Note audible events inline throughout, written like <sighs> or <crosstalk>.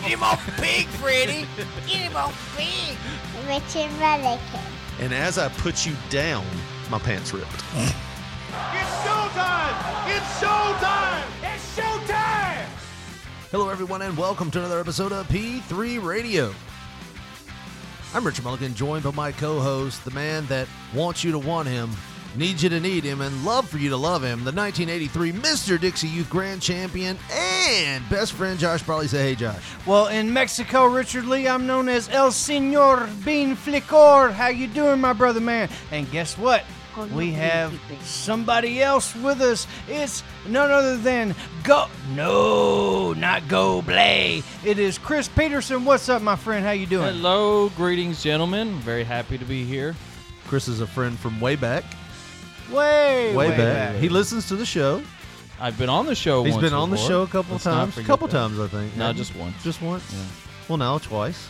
Get him off pig, Freddy. Get him off pig. Richard Mullican. and as I put you down, my pants ripped. Hello, everyone, and welcome to another episode of P3 Radio. I'm Richard Mulligan, joined by my co host, the man that wants you to want him, needs you to need him, and love for you to love him, the 1983 Mr. Dixie Youth Grand Champion and best friend, Josh Brawley. Say, hey, Josh. Well, in Mexico, Richard Lee, I'm known as El Señor Bean Flicor. How you doing, my brother man? And guess what? We have somebody else with us. It's none other than Go. No, not Go Blay. It is Chris Peterson. What's up, my friend? How you doing? Hello, greetings, gentlemen. Very happy to be here. Chris is a friend from way back. Way, Way, back. He listens to the show. I've been on the show. He's once been on the before. show a couple Let's not times. A forget couple that. times, I think. No, hadn't just once. Just once? Yeah. Well, now twice.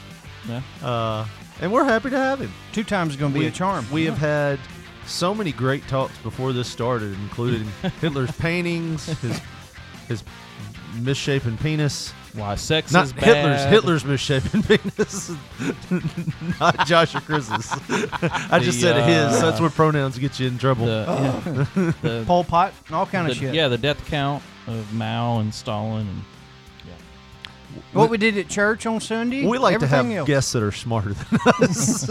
Yeah. Uh, and we're happy to have him. Two times going to be a charm. We have had so many great talks before this started, <laughs> including Hitler's paintings, his his misshapen penis. Why sex Not is bad. Hitler's Hitler's misshapen <laughs> penis. Not Josh or <laughs> Chris's. I just The, said his. uh, That's where pronouns get you in trouble. The, the- Pol Pot and all kind uh, the- of shit. yeah, the death count of Mao and Stalin. And, What we did at church on Sunday. We like to have everything else. guests that are smarter than <laughs> us.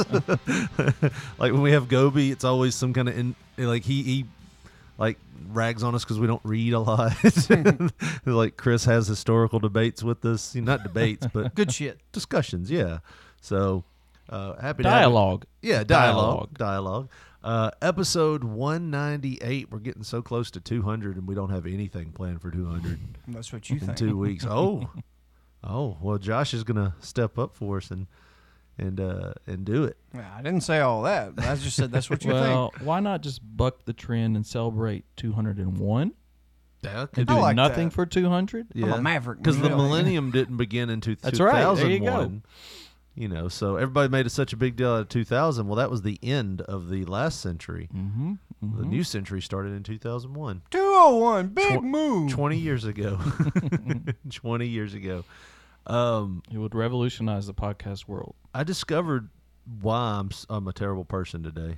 like when we have Gobi, it's always some kind of in, like he he like rags on us because we don't read a lot. <laughs> like Chris has historical debates with us, not debates, <laughs> but Good shit. discussions. Yeah, so uh, happy to have you. dialogue. Yeah, dialogue, dialogue. Uh, episode one ninety eight. We're getting so close to two hundred, and we don't have anything planned for two hundred That's <laughs> what <laughs> you in think. two weeks. Oh, oh. Well, Josh is gonna step up for us and and uh, and do it. Yeah, I didn't say all that. but I just said that's what you Well, why not just buck the trend and celebrate 201 Yeah, and I do like nothing that. for 200? I'm a maverick, because the really. millennium didn't begin in two, That's right. There you 2001. go. You know, so everybody made such a big deal out of 2000. Well, that was the end of the last century. Mm-hmm, The new century started in 2001. think. 201, big Tw- move. 20 years ago. <laughs> 20 years ago. It would revolutionize the podcast world. I discovered why I'm s- I'm a terrible person today.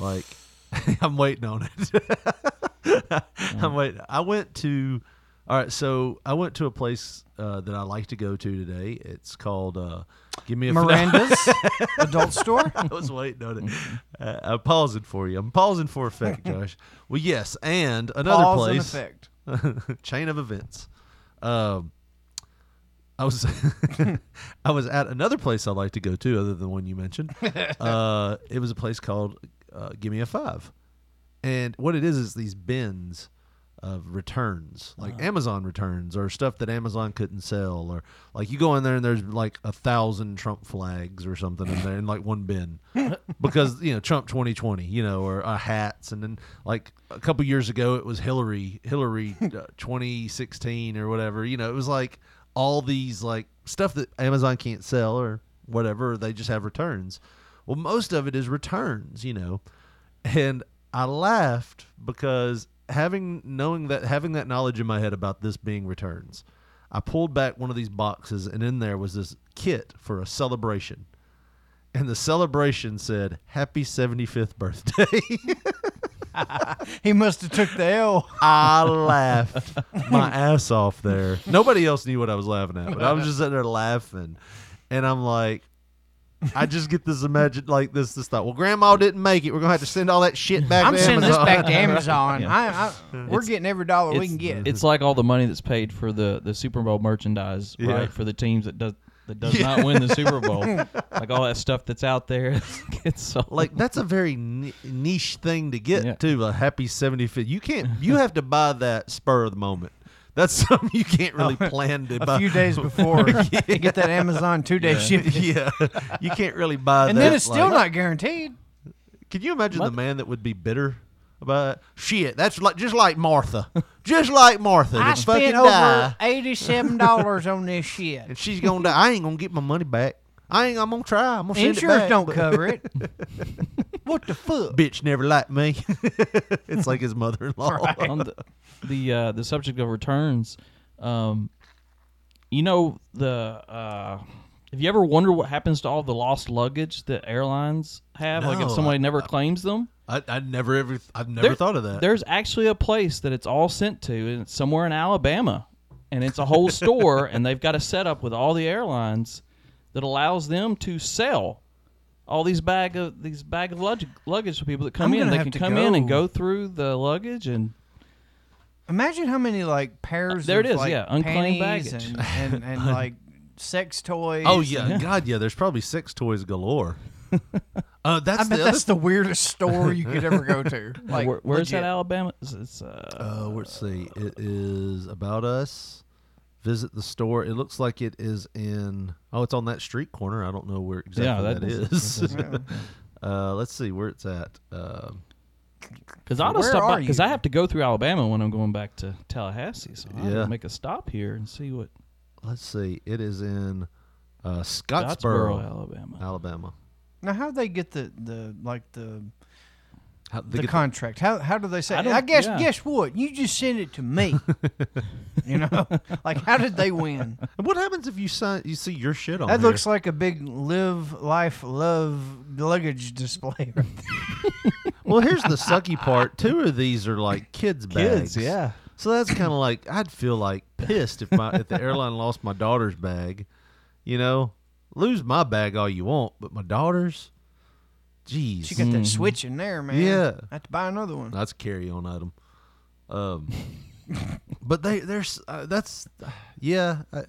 Like <laughs> I'm waiting on it. <laughs> Mm. I'm waiting. I went to all right. So I went to a place uh, that I like to go to today. It's called uh, Give Me a <laughs> Miranda's adult store. <laughs> <laughs> I was waiting on it. Mm-hmm. Uh, I'm pausing for you. I'm pausing for <laughs> effect, Josh. well, yes, and another Pause and place. <laughs> effect. chain of events. Um, I was <laughs> I was at another place I like to go to, other than the one you mentioned. uh, it was a place called uh, Give Me a Five, and what it is is these bins of returns, like Amazon returns or stuff that Amazon couldn't sell, or like you go in there and there's like a thousand Trump flags or something in there in like one bin because you know Trump 2020, you know, or uh, hats, and then like a couple years ago it was Hillary, Hillary uh, 2016 or whatever, you know, it was like all these like stuff that Amazon can't sell or whatever, they just have returns. Well, most of it is returns, you know and I laughed because having knowing that having that knowledge in my head about this being returns, I pulled back one of these boxes and in there was this kit for a celebration. And the celebration said, Happy 75th birthday. <laughs> He must have took the L. I laughed <laughs> my ass off there. Nobody else knew what I was laughing at, but I was just sitting there laughing. And I'm like, I just get this imagine like this this thought. Well, grandma didn't make it. We're gonna have to send all that shit back I'm to sending this Amazon." back to Amazon. Yeah. I, I, we're getting every dollar Oh, we It's- can get. It's like all the money that's paid for the, the Super Bowl merchandise, Yeah. right? For the teams that does that does not win the <laughs> Super Bowl, like all that stuff that's out there <laughs> gets sold. like that's a very ni- niche thing to get Yeah. too. A happy 75th. You can't. You have to buy that spur of the moment. That's <laughs> something you can't really plan to buy. Oh, <laughs> a few days before you get that Amazon two day shipping. <laughs> yeah, you can't really buy. And that, then it's still like- not guaranteed. Can you imagine the man that would be bitter about it? shit? That's like just like Martha, <laughs> just like Martha. I that spent fucking over die. eighty-seven dollars on this shit. and she's gonna die. I ain't gonna get my money back. I ain't. I'm gonna try. I'm gonna send it <laughs> Insurance back, don't but- cover it. what the fuck? Bitch never liked me. <laughs> it's like his <laughs> mother-in-law. on the the, uh, the subject of returns, um, you know the uh, have you ever wondered what happens to all the lost luggage that airlines have? like No, if somebody never claims them, I, I never ever. I've never There- thought of uh, that. There's actually a place that it's all sent to, and it's somewhere in Alabama, and it's a whole store, and they've got a setup with all the airlines that allows them to sell all these bag of these bag of luggage, luggage for people that come I'm in. gonna They have can to come in and go. go through the luggage and. Imagine how many like pairs. There it of, is, like, yeah, unclaimed panties baggage. and, <laughs> and, and like sex toys. Oh yeah, God yeah. There's probably sex toys galore. uh, that's I bet the that's the weirdest store you could ever go <laughs> to. Like, Where- where's legit. that Alabama? It's, it's, uh, other. Uh, let's see. It is about us. Visit the store. It looks like it is in. Oh, it's on that street corner. I don't know where exactly Yeah, that that doesn't- is. <laughs> uh, let's see where it's at. Um Because I don't Where stop are because you? I have to go through Alabama when I'm going back to Tallahassee, so I Yeah. to make a stop here and see what let's see. It is in uh, Scottsboro, Scottsboro, Alabama. Alabama. Now, how they get the the like the How, the, they get- contract? How how do they say? I I, don't- guess yeah. guess what? You just send it to <laughs> me. you know, <laughs> like how did they win? And what happens if you sign? You see your shit on That here? looks like a big live life love luggage display. <laughs> Right there. Well, here's the sucky part. Two of these are like kids' bags. Kids, yeah. So that's kind of like I'd feel like pissed if my if the airline lost my daughter's bag. You know, lose my bag all you want, but my daughter's, jeez, She got that switch in there, man. Yeah. I have to buy another one. that's a carry-on item. Um, but they there's uh, that's yeah. I,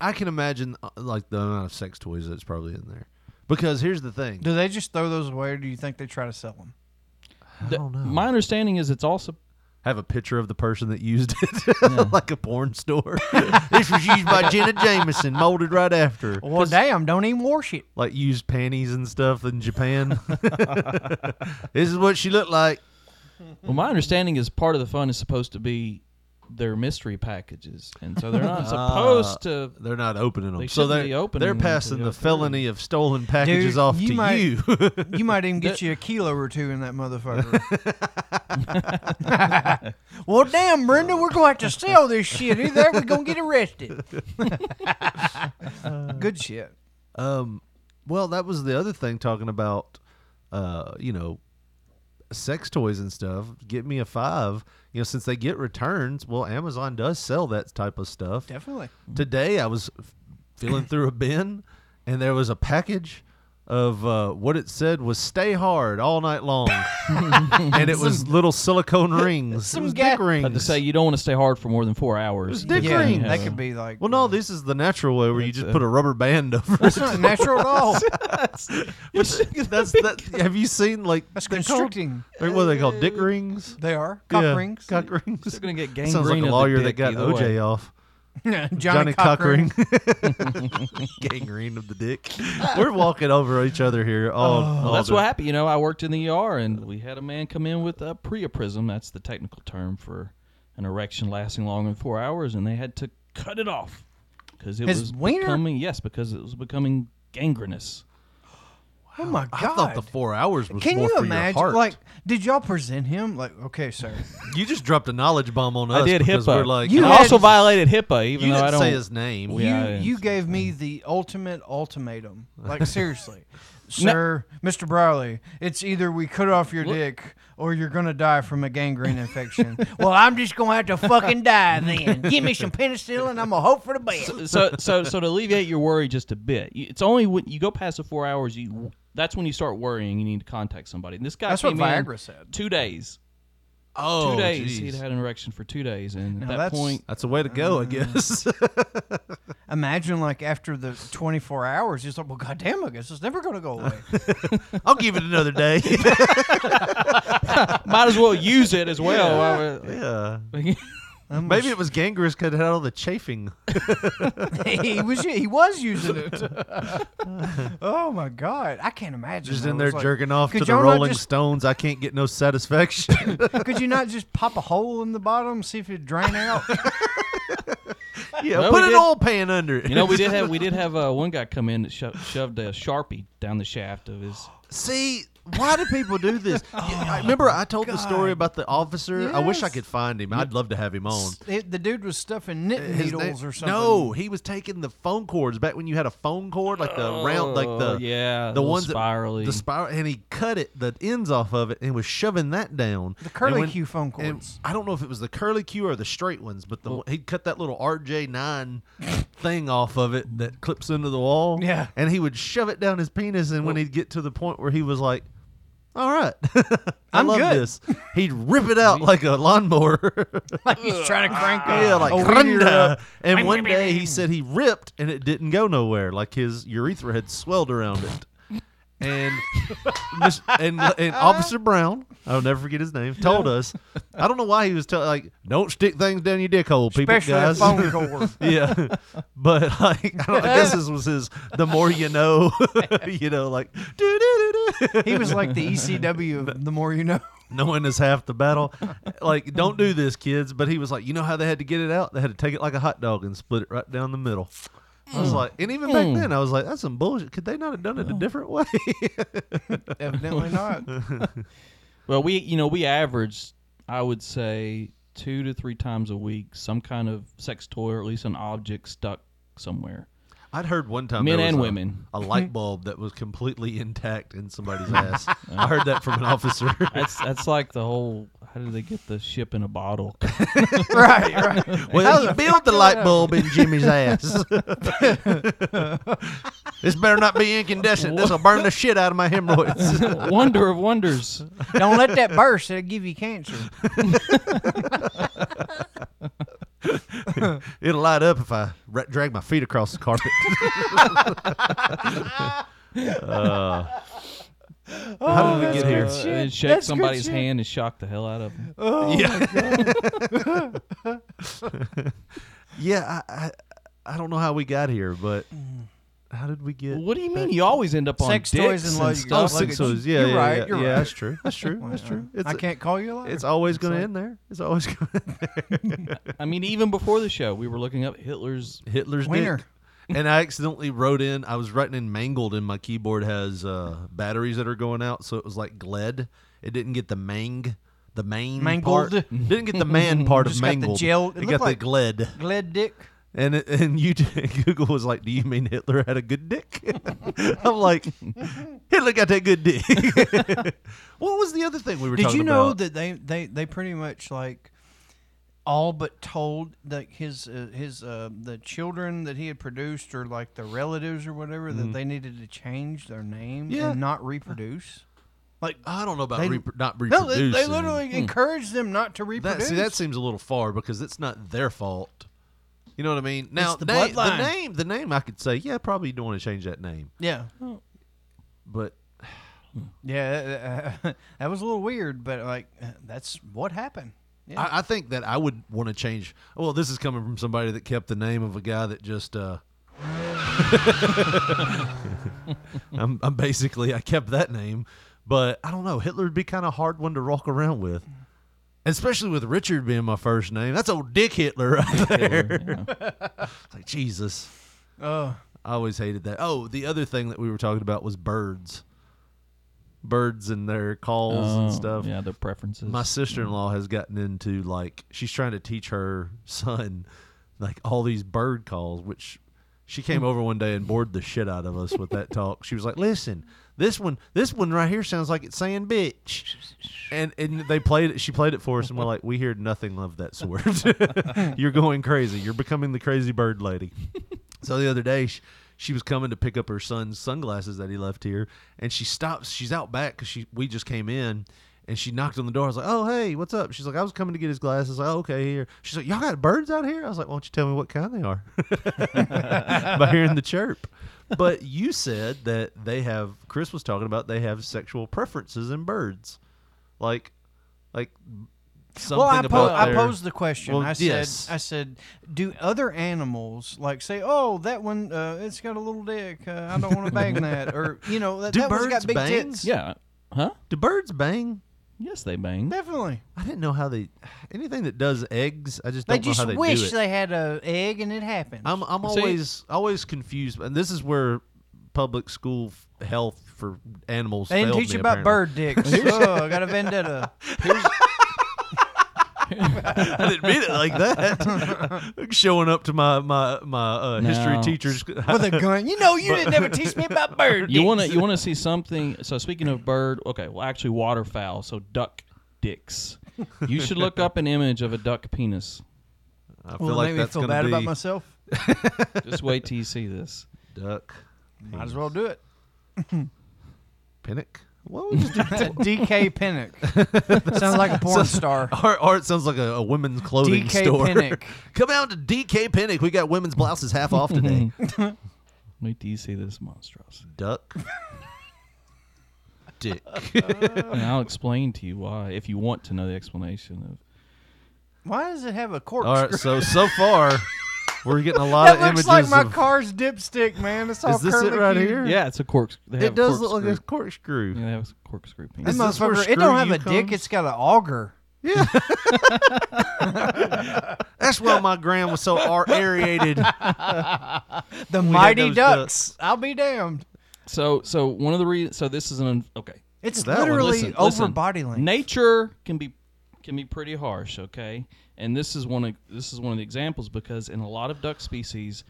I can imagine uh, like the amount of sex toys that's probably in there. Because here's the thing. Do they just throw those away, or do you think they try to sell them? The- don't know. My understanding is it's also have a picture of the person that used <laughs> it, like a porn store. <laughs> this was used by Jenna Jameson, molded right after. her. Well, damn! Don't even wash it. Like used panties and stuff in Japan. <laughs> this is what she looked like. well, my understanding is part of the fun is supposed to be their mystery packages, and so <laughs> they're Ah. not supposed to. They're not opening them, They so shouldn't they're be opening they're them passing until the you're through. felony of stolen packages Dude, off you to might- you. <laughs> You might <laughs> even get you a kilo or two in that motherfucker. well, damn, Brenda, we're going to have to sell this shit. Either we're going to get <laughs> arrested. Good shit. Um, well, that was the other thing talking about, uh, you know, sex toys and stuff. Get me a five. You know, since they get returns, well, Amazon does sell that type of stuff. Definitely. Today, I was f- feeling through a bin, and there was a package of uh, what it said was "Stay hard all night long," <laughs> and it was little silicone rings. Some it was dick guy- rings. But to say you don't want to stay hard for more than four It's hours. dick Yeah, rings. that could be like. well, no, this is the natural way where you just put a rubber band <laughs> over <laughs> That's it. not natural <laughs> at all. <laughs> Which, that's that. Have you seen like That's they're called- constricting. Like, what are they called? Dick rings? They are cock Yeah, rings. Cock rings. They're gonna get Sounds like gangrene a of the lawyer that dick got either OJ way. off. <laughs> Johnny, Johnny cock cock ring. <laughs> gangrene of the dick. We're walking over each other here. All, all Well, Oh, that's the- what happened. You know, I worked in the ER, and we had a man come in with a priapism. That's the technical term for an erection lasting longer than four hours, and they had to cut it off because it His was wiener? becoming yes, because it was becoming gangrenous. Oh my god! I thought the four hours was Can more you for imagine? Your heart. Like, did y'all present him? Like, okay, sir. you just dropped a knowledge bomb on us. I did because HIPAA. We're like, You I you, had- also violated HIPAA, even you though didn't I don't say his name. We- Yeah, I you you didn't- gave me the ultimate ultimatum. <laughs> Like seriously, sir, Mr. Browley, it's either we cut off your dick or you're gonna die from a gangrene infection. <laughs> well, I'm just gonna have to fucking die then. Give me some penicillin. I'm gonna hope for the best. <laughs> so so so to alleviate your worry just a bit, you- it's only when you go past the four hours, you that's when you start worrying. You need to contact somebody. And this guy That's what came in Viagra said. two days. Two Oh, days jeez. he'd Mm. had an erection for two days, and Now at that that's- point, That's a way to go, I guess. <laughs> <laughs> Imagine like after the 24 hours, it's like, well, goddamn, I guess it's never gonna <laughs> go away. I'll give it another day. might as well use it as well. <laughs> yeah. I'm Maybe it was Gangrous because it had all the chafing. he was he was using it. <laughs> oh my god, I can't imagine. Just though. in there It's like, jerking off to could the y'all not Rolling just- Stones. I can't get no <laughs> satisfaction. Could you not just pop a hole in the bottom, see if it <laughs> drain out? yeah, Well, put we an did- oil pan under it. <laughs> You know, we did <laughs> have we did have uh, one guy come in that sho- shoved a sharpie down the shaft of his. See, why do people do <laughs> this? Oh I remember I told the story about the officer. I wish I Yes. could find him. I'd love to have him on. It- the dude was stuffing knitting Uh, His needles name- or something. No, he was taking the phone cords back when you had a phone cord, like the round, like the Oh, yeah, the little ones spirally. that, the spiral, and he cut it the ends off of it and was shoving that down. The curly And when- Q phone and cords. I don't know if it was the curly Q or the straight ones, but the he cut that little RJ nine <laughs> thing off of it that clips into the wall. Yeah. and he would shove it down his penis, and when he'd get to the point where he was like. All right, <laughs> I I'm love good." this. He'd rip it <laughs> out like a lawnmower. <laughs> like he's trying to crank a, Yeah, like Ah, a uh, "Grunda." wiener up. And one day he said he ripped and it didn't go nowhere. Like his urethra had swelled around it. And <laughs> Miss- and, and Officer Brown, I'll never forget his name, told us. I don't know why he was telling like, don't stick things down your dick hole, people, especially a guys. <laughs> phone cord. yeah, but like I, don't, I guess this was his. The more you know, <laughs> you know, like do do do do. <laughs> He was like <laughs> the ECW of the more you know. knowing is half the battle. <laughs> Like, don't do this, kids. But he was like, you know how they had to get it out? They had to take it like a hot dog and split it right down the middle. I Mm. was like, and even back then, I was like, that's some bullshit. Could they not have done it a different way? <laughs> Evidently not. Well, we you know we averaged I would say two to three times a week some kind of sex toy or at least an object stuck somewhere. I'd heard one time Men there was and a- women. a <laughs> light bulb that was completely intact in somebody's ass. I heard that from an <laughs> officer. <laughs> That's that's like the whole how did they get the ship in a bottle? <laughs> <laughs> right, right. Well, you build the light bulb in Jimmy's <laughs> ass. this better not be incandescent. This will burn the shit out of my <laughs> hemorrhoids. <laughs> Wonder of wonders. Don't let that burst; it'll give you <laughs> cancer. It'll light up if I ra- drag my feet across the carpet. Uh, how did we get here? And then shake That's good somebody's Oh, shit. hand and shock the hell out of them. Yeah, I, I I don't know how we got here, but how did we get? What do you mean? You always end up on Sex dicks toys and and, luggage. Oh, stuff. Like six it's- toes. Yeah, you're yeah, right, yeah, you're yeah, right. That's true. That's true. That's <laughs> true. It's, I can't call you a liar. It's always going to like- end there. It's always <laughs> going. to I mean, even before the show, we were looking up Hitler's. Hitler's Wiener. dick. <laughs> And I accidentally wrote in. I was writing in mangled, and my keyboard has uh, batteries that are going out, so it was like gled. It didn't get the mang, the main part. Mangled. Didn't get the <laughs> man part of Just got the mangled. gel- it It, looked got like- the gled. Glad dick. And it, <laughs> and you Google was like, "Do you mean Hitler had a good dick?" <laughs> I'm like, Hitler got that good dick. <laughs> what was the other thing we were Did talking you know about? that they, they they pretty much like all but told that his uh, his uh, the children that he had produced or like the relatives or whatever that they needed to change their name Yeah. and not reproduce. Like I don't know about They- repro- not no, they, reproducing. they literally encouraged them not to That, reproduce. see, that seems a little far because it's not their fault. You know what I mean? Now the na- bloodline. the name, the name, I could say, yeah, probably don't want to change that name, yeah, but yeah, <laughs> uh, that was a little weird, but like uh, that's what happened. Yeah. I, I think that I would want to change. Well, this is coming from somebody that kept the name of a guy that just. Uh, <laughs> I'm, I'm basically I kept that name, but I don't know. Hitler would be kind of hard one to walk around with, especially with Richard being my first name. That's old Dick Hitler right there. <laughs> It's like Jesus. Oh, I always hated that. Oh, the other thing that we were talking about was birds. Birds and their calls and Oh, stuff. Yeah, their preferences. My sister in law has gotten into like she's trying to teach her son like all these bird calls, which she came over one day and bored the shit out of us with that talk. She was like, "Listen, this one, this one right here sounds like it's saying bitch," and and they played it. She played it for us, and we're like, "We hear nothing of that sort. <laughs> You're going crazy. You're becoming the crazy bird lady." So the other day, she, she was coming to pick up her son's sunglasses that he left here, and she stops. She's out back because she we just came in, and she knocked on the door. I was like, "Oh hey, what's up?" She's like, "I was coming to get his glasses." Like, oh, "Okay, here." She's like, "Y'all got birds out here?" I was like, "Why don't you tell me what kind they are?" <laughs> By hearing the chirp. But you said that they have. Chris was talking about they have sexual preferences in birds, like, like something Well, I, po- about I their- posed the question. Well, I said, yes. I said, do other animals like say, oh, that one, uh, it's got a little dick. Uh, I don't want to <laughs> bang that, or you know, that, Do that one's birds got big bang? tits. Yeah. Huh? Do birds bang? Yes, they bang. definitely. I didn't know how they. Anything that does eggs, I just They don't know just how they do wish it. they had a egg, and it happened. I'm I'm See? always always confused, and this is where public school f- health for animals. they didn't failed teach me, you about apparently. bird dicks. <laughs> oh, I got a vendetta. <laughs> I didn't mean it like that. <laughs> Showing up to my my my uh, history No. teacher's <laughs> with a gun. You know, you didn't ever teach me about bird. You want to you want to see something? So speaking of bird, okay, well actually waterfowl. So duck dicks. You should look up an image of a duck penis. I feel Well, like make me that's feel gonna bad be about myself. Just wait till you see this. duck Might as well <laughs> do it. <laughs> pinnock. What would you do? DK Pinnock <laughs> sounds like a porn star. Or, or it sounds like a, a women's clothing DK store. Pinnock. <laughs> Come out to DK Pinnock. We got women's blouses half off <laughs> today. Wait till you see this monstrosity. <laughs> Duck. Dick. And I'll explain to you why if you want to know the explanation of Why does it have a <laughs> corkscrew? All right. So so far, we're getting a lot that of looks images. like my of, car's dipstick, man. It's all is this it curly right Q. here? Yeah, it's a corks. They have It does look like a corkscrew. corkscrew. Yeah, they have a corkscrew This penis. Is this where motherfucker, it don't screw have you a dick. comes? It's got an auger. That's why my gram was so <laughs> ar- aerated. The had mighty those ducks. I'll be damned. So, so one of the reasons. So this is an un- okay. It's That one, literally Listen, over listen. body length. Nature can be can be pretty harsh, okay? And this is one of this is one of the examples because in a lot of duck species,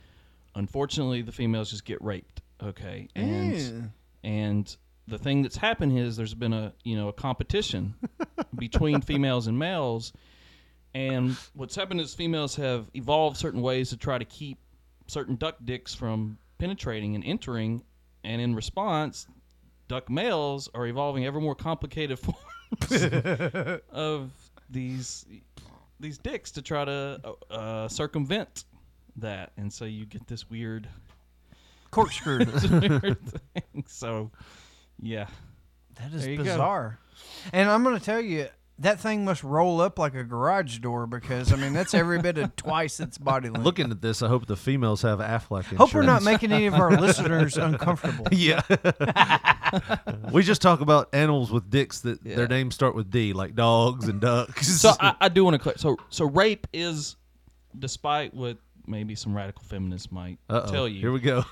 unfortunately, the females just get raped, okay? And Ew. and the thing that's happened is there's been a you know a competition between females and males, and what's happened is females have evolved certain ways to try to keep certain duck dicks from penetrating and entering, and in response, duck males are evolving ever more complicated <laughs> forms of these these dicks to try to uh, uh, circumvent that, and so you get this weird <laughs> <laughs> corkscrew. weird thing. So, yeah, That is There you go. bizarre. And I'm going to tell you, that thing must roll up like a garage door because, I mean, that's every bit of twice its <laughs> body length. Looking at this, I hope the females have Affleck insurance. Hope we're not making any <laughs> of our listeners uncomfortable. Yeah. <laughs> we just talk about animals with dicks that Yeah. their names start with D, like dogs and ducks. So I, I do want to clear. So so rape is, despite what maybe some radical feminists might <laughs> Uh-oh, tell you, Here we <laughs> go.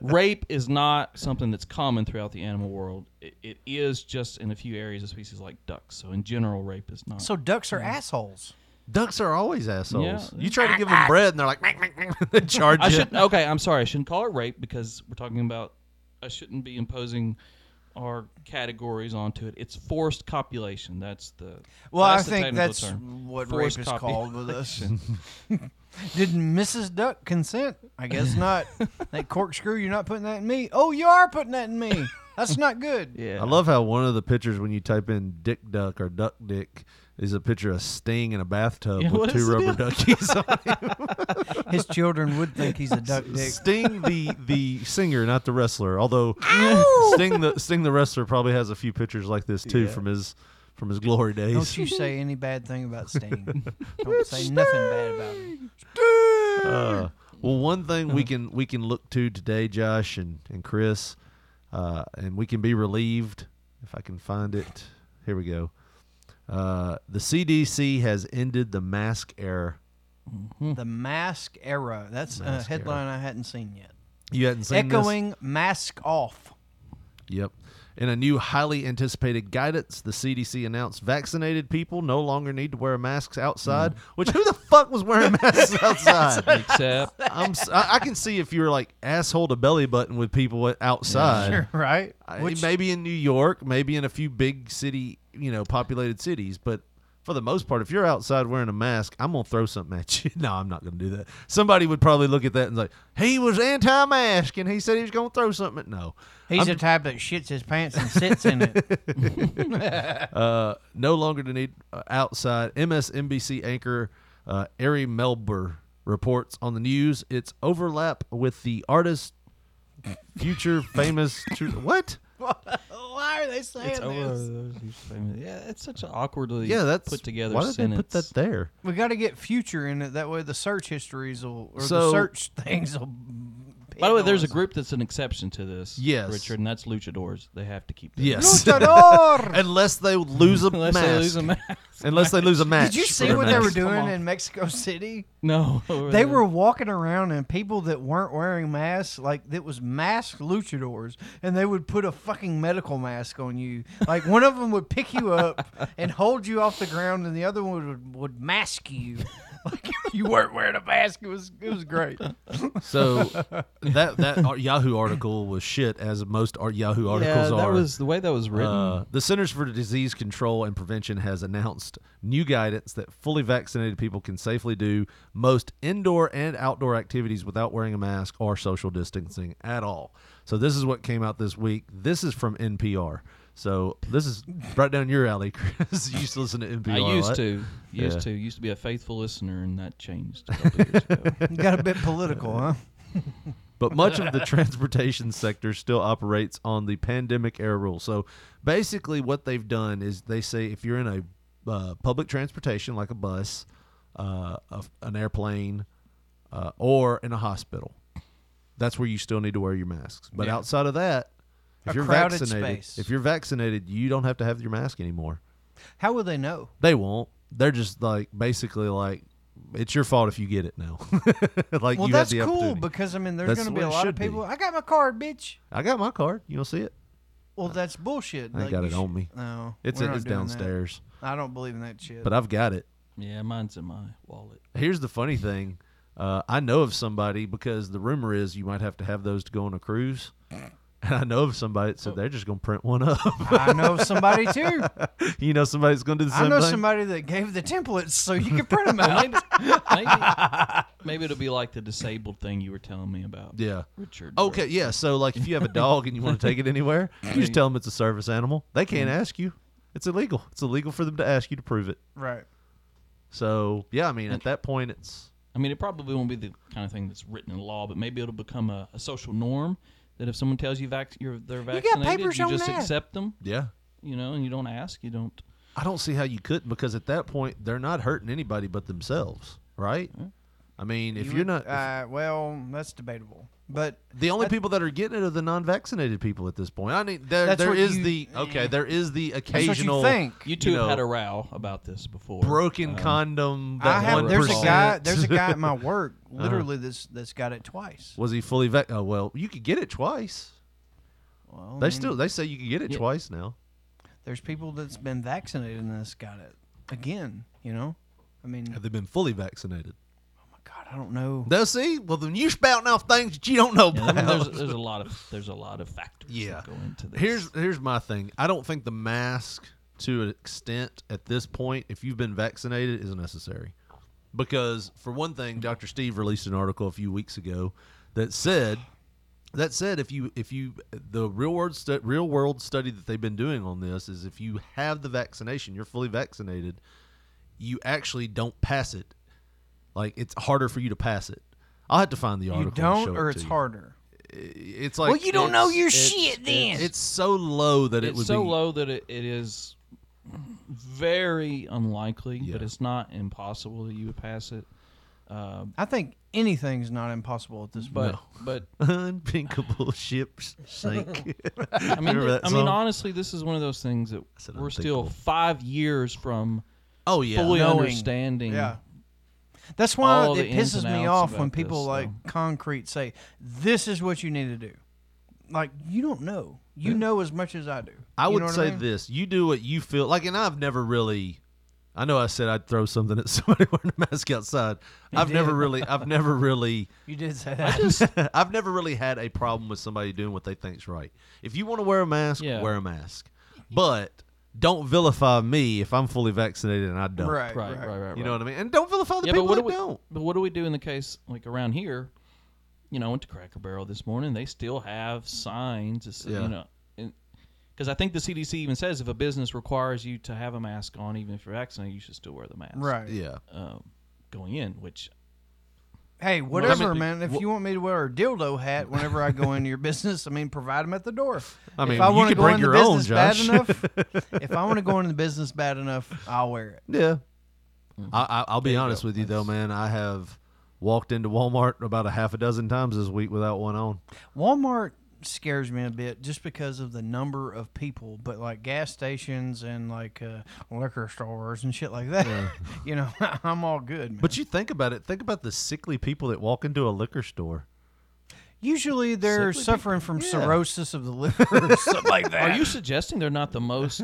rape is not something that's common throughout the animal world. It, it is just in a few areas of species like ducks. So in general, rape is not. So ducks are assholes. Ducks are always assholes. Yeah. You try to give them bread, and they're like, <laughs> "Meow, meow, meow," they charge I you. should okay. I'm sorry. I shouldn't call it rape because we're talking about. I shouldn't be imposing our categories onto it. It's forced copulation. That's the Well, I that's the think technical that's term. what Forced rape is called with us. copulation. <laughs> Did Mrs. Duck consent? I guess not. that corkscrew, you're not putting that in me. Oh, you are putting that in me. That's not good. Yeah. I love how one of the pictures when you type in "dick duck" or "duck dick" is a picture of Sting in a bathtub Yeah, with what two is the rubber duckies. <laughs> on it. His children would think he's a duck <laughs> dick. Sting the the singer, not the wrestler. Although Sting the Sting the wrestler probably has a few pictures like this too from his from his glory <laughs> Don't days. you say any bad thing about Sting. Don't say nothing bad about him. Uh, well, one thing Uh-huh. we can we can look to today, Josh and and Chris, uh, and we can be relieved if I can find it. Here we go. Uh, the CDC has ended the mask era. The mask era. That's a Mask headline I hadn't seen yet. You hadn't seen this? Echoing mask off. Yep. In a new highly anticipated guidance, the CDC announced vaccinated people no longer need to wear masks outside. Which who the fuck was wearing masks outside? Except I'm, si can see if you were like asshole to belly button with people outside. Right? I- maybe in New York, maybe in a few big city, you know, populated cities, but for the most part, if you're outside wearing a mask, I'm gonna throw something at you. <laughs> no, I'm not gonna do that. Somebody would probably look at that and like, he was anti-mask and he said he was gonna throw something. at No, He's the type that shits his pants and sits in it. uh, no longer to need uh, outside. MSNBC anchor uh, Ari Melber reports on the news its overlap <laughs> with the artist future famous tru- what Why are they saying It's over. this? Yeah, it's such an awkwardly Yeah, that's put together Why did they sentence. put that there? We got to get future in it. That way, the search histories will or the So- search <laughs> things will. By the way, there's a group that's an exception to this. Yes. Richard, and that's luchadors. They have to keep. That. Yes, <laughs> Luchador! <laughs> unless they lose a <laughs> Unless mask. they lose a match. Unless they lose a match. Did you for see their what they were mask. doing in Mexico City? <laughs> No, They were walking around and people that weren't wearing masks, like it was masked luchadors, and they would put a fucking medical mask on you. Like one of them would pick you <laughs> up and hold you off the ground, and the other one would, would mask you. <laughs> Like you weren't wearing a mask. It was it was <laughs> great. <laughs> So that that ar- Yahoo article was shit, as most ar- Yahoo articles Yeah, that are. was the way that was written. Uh, the Centers for Disease Control and Prevention has announced new guidance that fully vaccinated people can safely do most indoor and outdoor activities without wearing a mask or social distancing at all. So this is what came out this week. This is from NPR. So this is right down your alley, Chris. <laughs> you used to listen to NPR. I a used lot. to, used Yeah. to, used to be a faithful listener, and <laughs> that changed. A couple years ago. Got a bit political, huh? but much <laughs> of the transportation sector still operates on the pandemic air rule. So basically, what they've done is they say if you're in a uh, public transportation like a bus, uh, a, an airplane, uh, or in a hospital, that's where you still need to wear your masks. But outside of that, if A you're crowded vaccinated, space. if you're vaccinated, you don't have to have your mask anymore. How would they know? They won't. They're just like basically like it's your fault if you get it now. <laughs> like Well, you that's had the cool opportunity. because I mean, there's That's going the to be way a it lot of should be. people. I got my card, bitch. I got my card. You don't see it. Well, that's bullshit. I ain't got you it on me. No, It's, we're not it's doing that. downstairs, I don't believe in that shit. but I've got it. yeah, mine's in my wallet. Here's the funny thing. Uh, I know of somebody because the rumor is you might have to have those to go on a cruise. <laughs> And I know of somebody Oh. that said they're just going to print one up. <laughs> I know somebody too. you know somebody's going to <laughs> do the same I know thing? somebody that gave the templates so you can print <laughs> them out. <laughs> Maybe, maybe it'll be like the disabled thing you were telling me about. Yeah. Richard. where- Okay, yeah. So, like, if you <laughs> have a dog and you want to take it anywhere, you just tell them it's a service animal. They can't Mm-hmm. ask you. It's illegal. It's illegal for them to ask you to prove it. right. So, yeah, I mean, at that point, it's I mean, it probably won't be the kind of thing that's written in law, but maybe it'll become a, a social norm that if someone tells you vac- you're, they're vaccinated, you papers on just that. accept them, yeah. you know, and you don't ask, you don't. I don't see how you couldn't because at that point they're not hurting anybody but themselves, right? I mean, if you Hmm. You are would- not if- uh, well, that's debatable. But the only people that are getting it are the non-vaccinated people at this point. I mean, there That's there what is you- the okay, there is the that's what occasional you think. You two You have had know, a row about this before. broken Uh, condom. That I have. one Uh-huh. There's a guy. There's a guy at my work, literally that's that's got it twice. <laughs> Was he fully vac? Oh well, you could get it twice. Well, I They mean, still they say you can get it Yeah. twice now. there's people that's been vaccinated and that's got it again. You know, I mean, Have they been fully vaccinated? God, I don't know. They'll see. Well, then you're spouting off things that you don't know Yeah, about. I mean, there's, there's a lot of there's a lot of factors Yeah. that go into this. Here's here's my thing. I don't think the mask to an extent at this point, if you've been vaccinated, is necessary. Because for one thing, Dr. Steve released an article a few weeks ago that said that said if you if you the real world stu- real world study that they've been doing on this is if you have the vaccination, you're fully vaccinated, you actually don't pass it. Like it's harder for you to pass it. I'll have to find the You article. and don't, show or it to it's you. harder. It's like don't know your shit then. it's so low that it it's would <laughs> so be low that it, it is very unlikely, but Yeah. it's not impossible that you would pass it. Uh, I think anything's not impossible at this point. but <laughs> but Unpinkable <laughs> ships sink. <laughs> I <laughs> mean, Remember that I mean, song? honestly, this is one of those things that said we're still unthinkable. five years from oh yeah, fully Knowing. Mm. understanding. Yeah. That's why all the it ins pisses and me outs off about when people this, like concrete say, "This is what you need to do." Like you don't know. You know as much as I do. I You would know what say mean? this: you do what you feel like, and I've never really. I know I said I'd throw something at <laughs> somebody wearing a mask outside. I've never really, I've never really, <laughs> You did say that. <laughs> <laughs> I've never really had a problem with somebody doing what they think's right. If you want to wear a mask, Yeah. wear a mask, but don't vilify me if I'm fully vaccinated and I don't. right, Right, right, right. You right. know what I mean? And don't vilify the yeah, but people what do that we? don't. But what do we do in the case like around here? You know, I went to Cracker Barrel this morning. They still have signs. that say, Yeah. You know, because I think the CDC even says if a business requires you to have a mask on, even if you're vaccinated, you should still wear the mask. Right. Yeah. Um, going in, which Hey, whatever, mean, man. If wh- you want me to wear a dildo <laughs> hat whenever I go into your business, I mean, provide them at the door. I mean, if I you want to could go bring into your own, business bad Josh. <laughs> enough, if I want to go into the business bad enough, I'll wear it. Yeah. I, I, I'll be honest with Mm-hmm. you, though, man. I have walked into Walmart about a half a dozen times this week without one on. Walmart scares me a bit just because of the number of people, but like gas stations and like uh, liquor stores and shit like that. <laughs> you know, I'm all good. Man. But you think about it. Think about the sickly people that walk into a liquor store. usually they're suffering from cirrhosis of the liver or something like that. Are you suggesting they're not <laughs> the most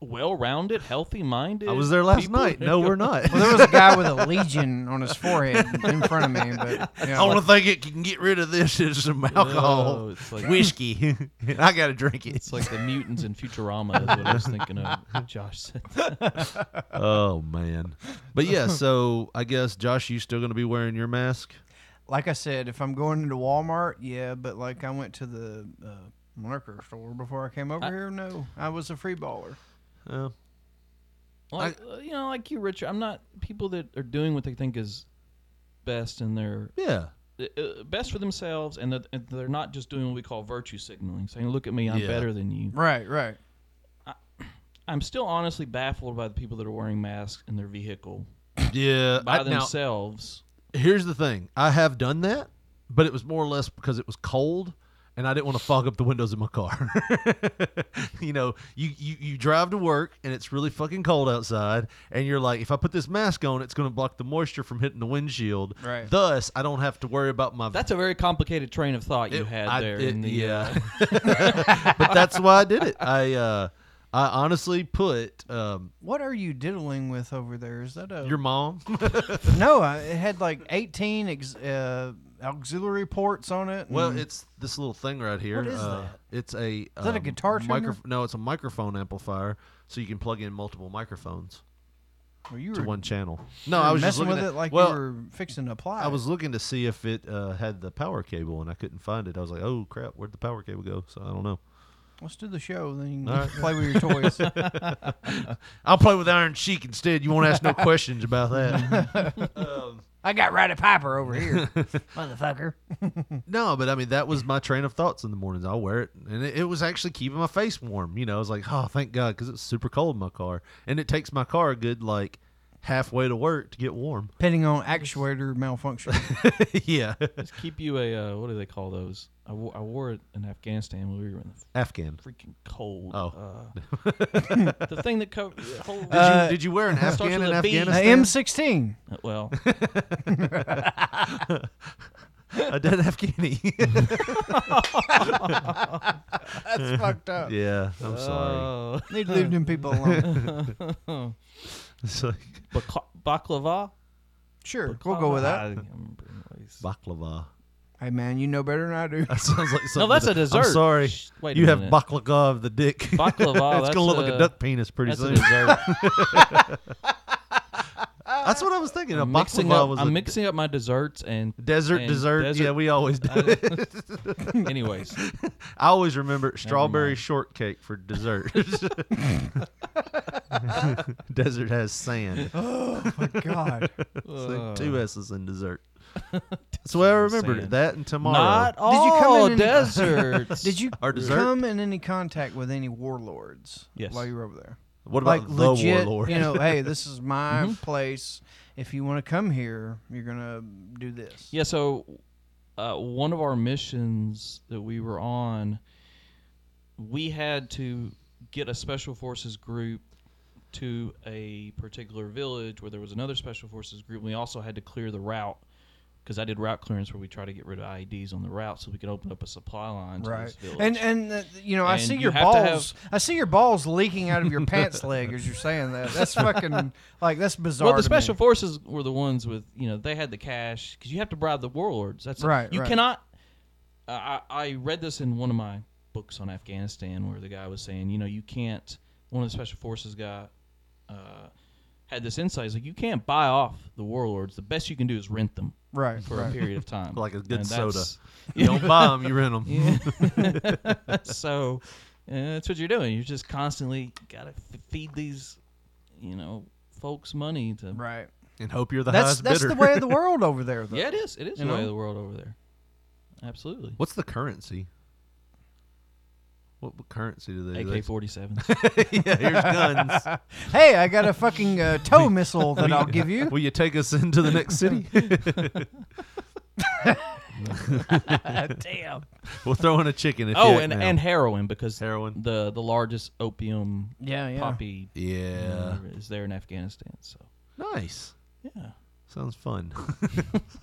well-rounded, healthy-minded? I was there last people? night. No, we're <laughs> not. Well, there was a guy with a legion on his forehead in front of me, but you know, only thing it can get rid of this is some alcohol. it's like- whiskey. <laughs> I gotta drink it. It's like the mutants in Futurama is what I was thinking of. Josh said. <laughs> Oh man, but yeah. So I guess Josh, you still gonna be wearing your mask? like I said, if I'm going into Walmart, yeah, but like I went to the uh, liquor store before I came over here. No, I was a free baller. Uh, Like, uh, you know, like you, Richard. I'm not people that are doing what they think is best in their yeah. uh, best for themselves, and that and they're not just doing what we call virtue signaling, saying, "Look at me, I'm Yeah. better than you." Right, right. I'm still honestly baffled by the people that are wearing masks in their vehicle Yeah. by Uh, I- now, themselves. here's the thing. I have done that, but it was more or less because it was cold and I didn't want to fog up the windows of my car. <laughs> you know, you, you you drive to work and it's really fucking cold outside and you're like, if I put this mask on, it's gonna block the moisture from hitting the windshield. Right. Thus I don't have to worry about my That's a very complicated train of thought you it- had I- there. it- in the, uh, yeah. <laughs> but that's why I did it. I uh I honestly put um, What are you diddling with over there? Is that a your mom. no? I, it had like 18 ex, uh, auxiliary ports on it. Well, and- it's this little thing right here. Mm. is uh, that? It's a um, Is that a guitar tuner? micro- No, it's a microphone amplifier, so you can plug in multiple microphones well, you to were one channel. No, you were I was just Hmm. messing looking at- with it like well, you were fixing to apply. I it. was looking to see if it uh, had the power cable, and I couldn't find it. I was like, "Oh crap, where'd the power cable go?" So I don't know. Let's do the show, then you can All right. play <laughs> with your toys. I'll play with Iron Sheik instead. You won't ask <laughs> no questions about that. Um, I got Roddy Piper over <laughs> here, motherfucker. <laughs> No, but I mean that was my train of thoughts in the mornings. I'll wear it, and it, it was actually keeping my face warm. You know, I was like, oh, thank God, because it's super cold in my car, and it takes my car a good like halfway to work to get <laughs> warm. <laughs> Depending on actuator malfunction. yeah, just keep you a uh, what do they call those? I wo- I wore it in Afghanistan when we were in Afghan. the freaking cold. Oh. Uh, the thing that <laughs> covered. Did, you, did you wear <laughs> an Afghan Uh, with in a B. Uh, <laughs> Afghanistan? M16. Uh, <laughs> Well, a dead Afghani. <laughs> <laughs> That's fucked up. yeah, I'm sorry. uh, Need to leave them people <laughs> alone. It's like bak- baklava. Sure, we'll go with I that. can't remember anyways. baklava. Hey, man, you know better than I <laughs> do. That sounds like something. No, that's a that- dessert. I'm sorry. Shh, wait a you have minute. baklava of the dick. <laughs> Baklava, it's that's gonna look like a a- duck penis pretty That's soon. a dessert. <laughs> That's what I was thinking. A I'm mixing baklava up, was I'm a mixing up my desserts <laughs> and desert and dessert. Yeah, we always do. I- it. anyways, <laughs> I always remember strawberry mind. shortcake for <laughs> dessert. <laughs> desert has <laughs> sand. My God. So Uh, two S's in <laughs> dessert. That's what I remembered. sand. That and tomorrow. not all you come in and- <laughs> deserts. Did you Our dessert? come in any contact with any warlords Yes. while you were over there? what about Like the legit, warlord? Mm-hmm. you know, hey, this is my place. If you want to come here, you're gonna do this. Yeah, so uh, one of our missions that we were on, we had to get a special forces group to a particular village where there was another special forces group. We also had to clear the route because I did route clearance where we try to get rid of IEDs on the route so we could open up a supply line to Right. this village. And and uh, you know, I And see you your have to have- balls. I see your balls leaking out of your pants <laughs> leg as you're saying that. That's fucking like that's bizarre. well, the to special me. forces were the ones with you know they had the cash because you have to bribe the warlords. That's Right, You right. cannot. uh, I I I read this in one of my books on Afghanistan where the guy was saying you know you can't. One of the special forces guy uh, had this insight. He's like you can't buy off the warlords. The best you can do is rent them right, for a right. period of <laughs> time, Like a good And that's- soda. you <laughs> don't buy them, you <laughs> rent them. so uh, that's what you're doing. You're just constantly gotta f- feed these you know folks money to Right. and hope you're the That's highest that's bidder. <laughs> the way of the world over there. Though. Yeah, it is. It is You the way know? of the world over there. Absolutely. What's the currency? What, what currency do they? AK they- forty seven. <laughs> yeah, here's guns. <laughs> Hey, I got a fucking uh, tow <laughs> missile that I'll give you. Will you take us into the next <laughs> city? Damn. we'll throw in a chicken. If Oh, you and, act now. and heroin because Heroin. the the largest opium Yeah, yeah. poppy yeah, whatever, is there in Afghanistan. So nice. yeah, Sounds fun.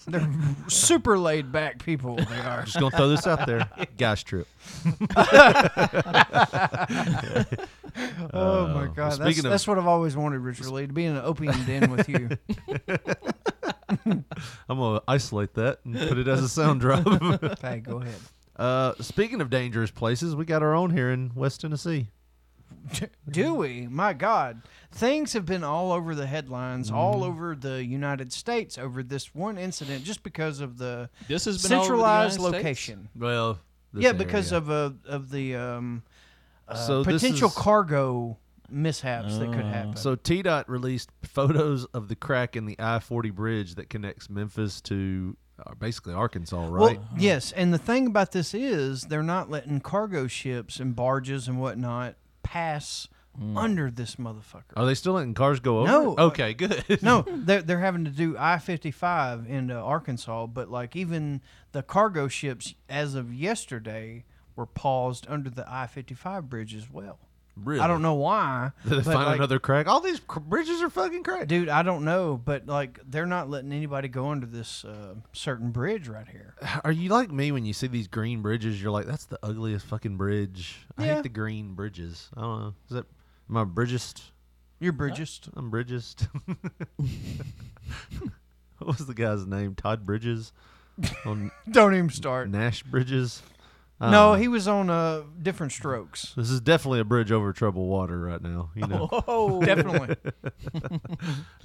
They're super laid back people. They <laughs> are. <laughs> Just gonna throw this out <laughs> there. Gosh trip. Oh my well, god, that's, speaking of- that's what I've always wanted, Richard Lee, to be in an opium den with you. <laughs> I'm gonna isolate that and put it as a sound drop. hey, <laughs> go ahead. <laughs> uh, speaking of dangerous places, we got our own here in West Tennessee. Mm-hmm. Do we? My God. Things have been all over the headlines, Mm-hmm. all over the United States over this one incident just because of the this has been all over the United centralized States? location. Well, Yeah, because of uh, of the um, uh, So this potential is- cargo mishaps that Uh, could happen. So TDOT released photos of the crack in the I-40 bridge that connects Memphis to uh, basically Arkansas, right? Well, yes, and the thing about this is they're not letting cargo ships and barges and whatnot pass Mm. under this motherfucker. Are they still letting cars go over? No. it? Okay, good. <laughs> no, they're, they're having to do I 55 into Arkansas, but like even the cargo ships as of yesterday were paused under the I 55 bridge as well. <laughs> really? I don't know why. Did <laughs> they but, find like, another crack? All these cr- bridges are fucking cracked. Dude, I don't know, but like they're not letting anybody go under this uh, certain bridge right here. Are you like me when you see these green bridges? You're like, that's the ugliest fucking bridge. I Yeah. hate the green bridges. I don't know. Is that am I bridgest? <laughs> You're bridgest. I'm <laughs> bridgest. what was the guy's name? Todd Bridges on Don't even start. Nash Bridges. I No, don't know. he was on uh, different <laughs> strokes. This is definitely a bridge over troubled water right now. You <laughs> know. Oh, Definitely.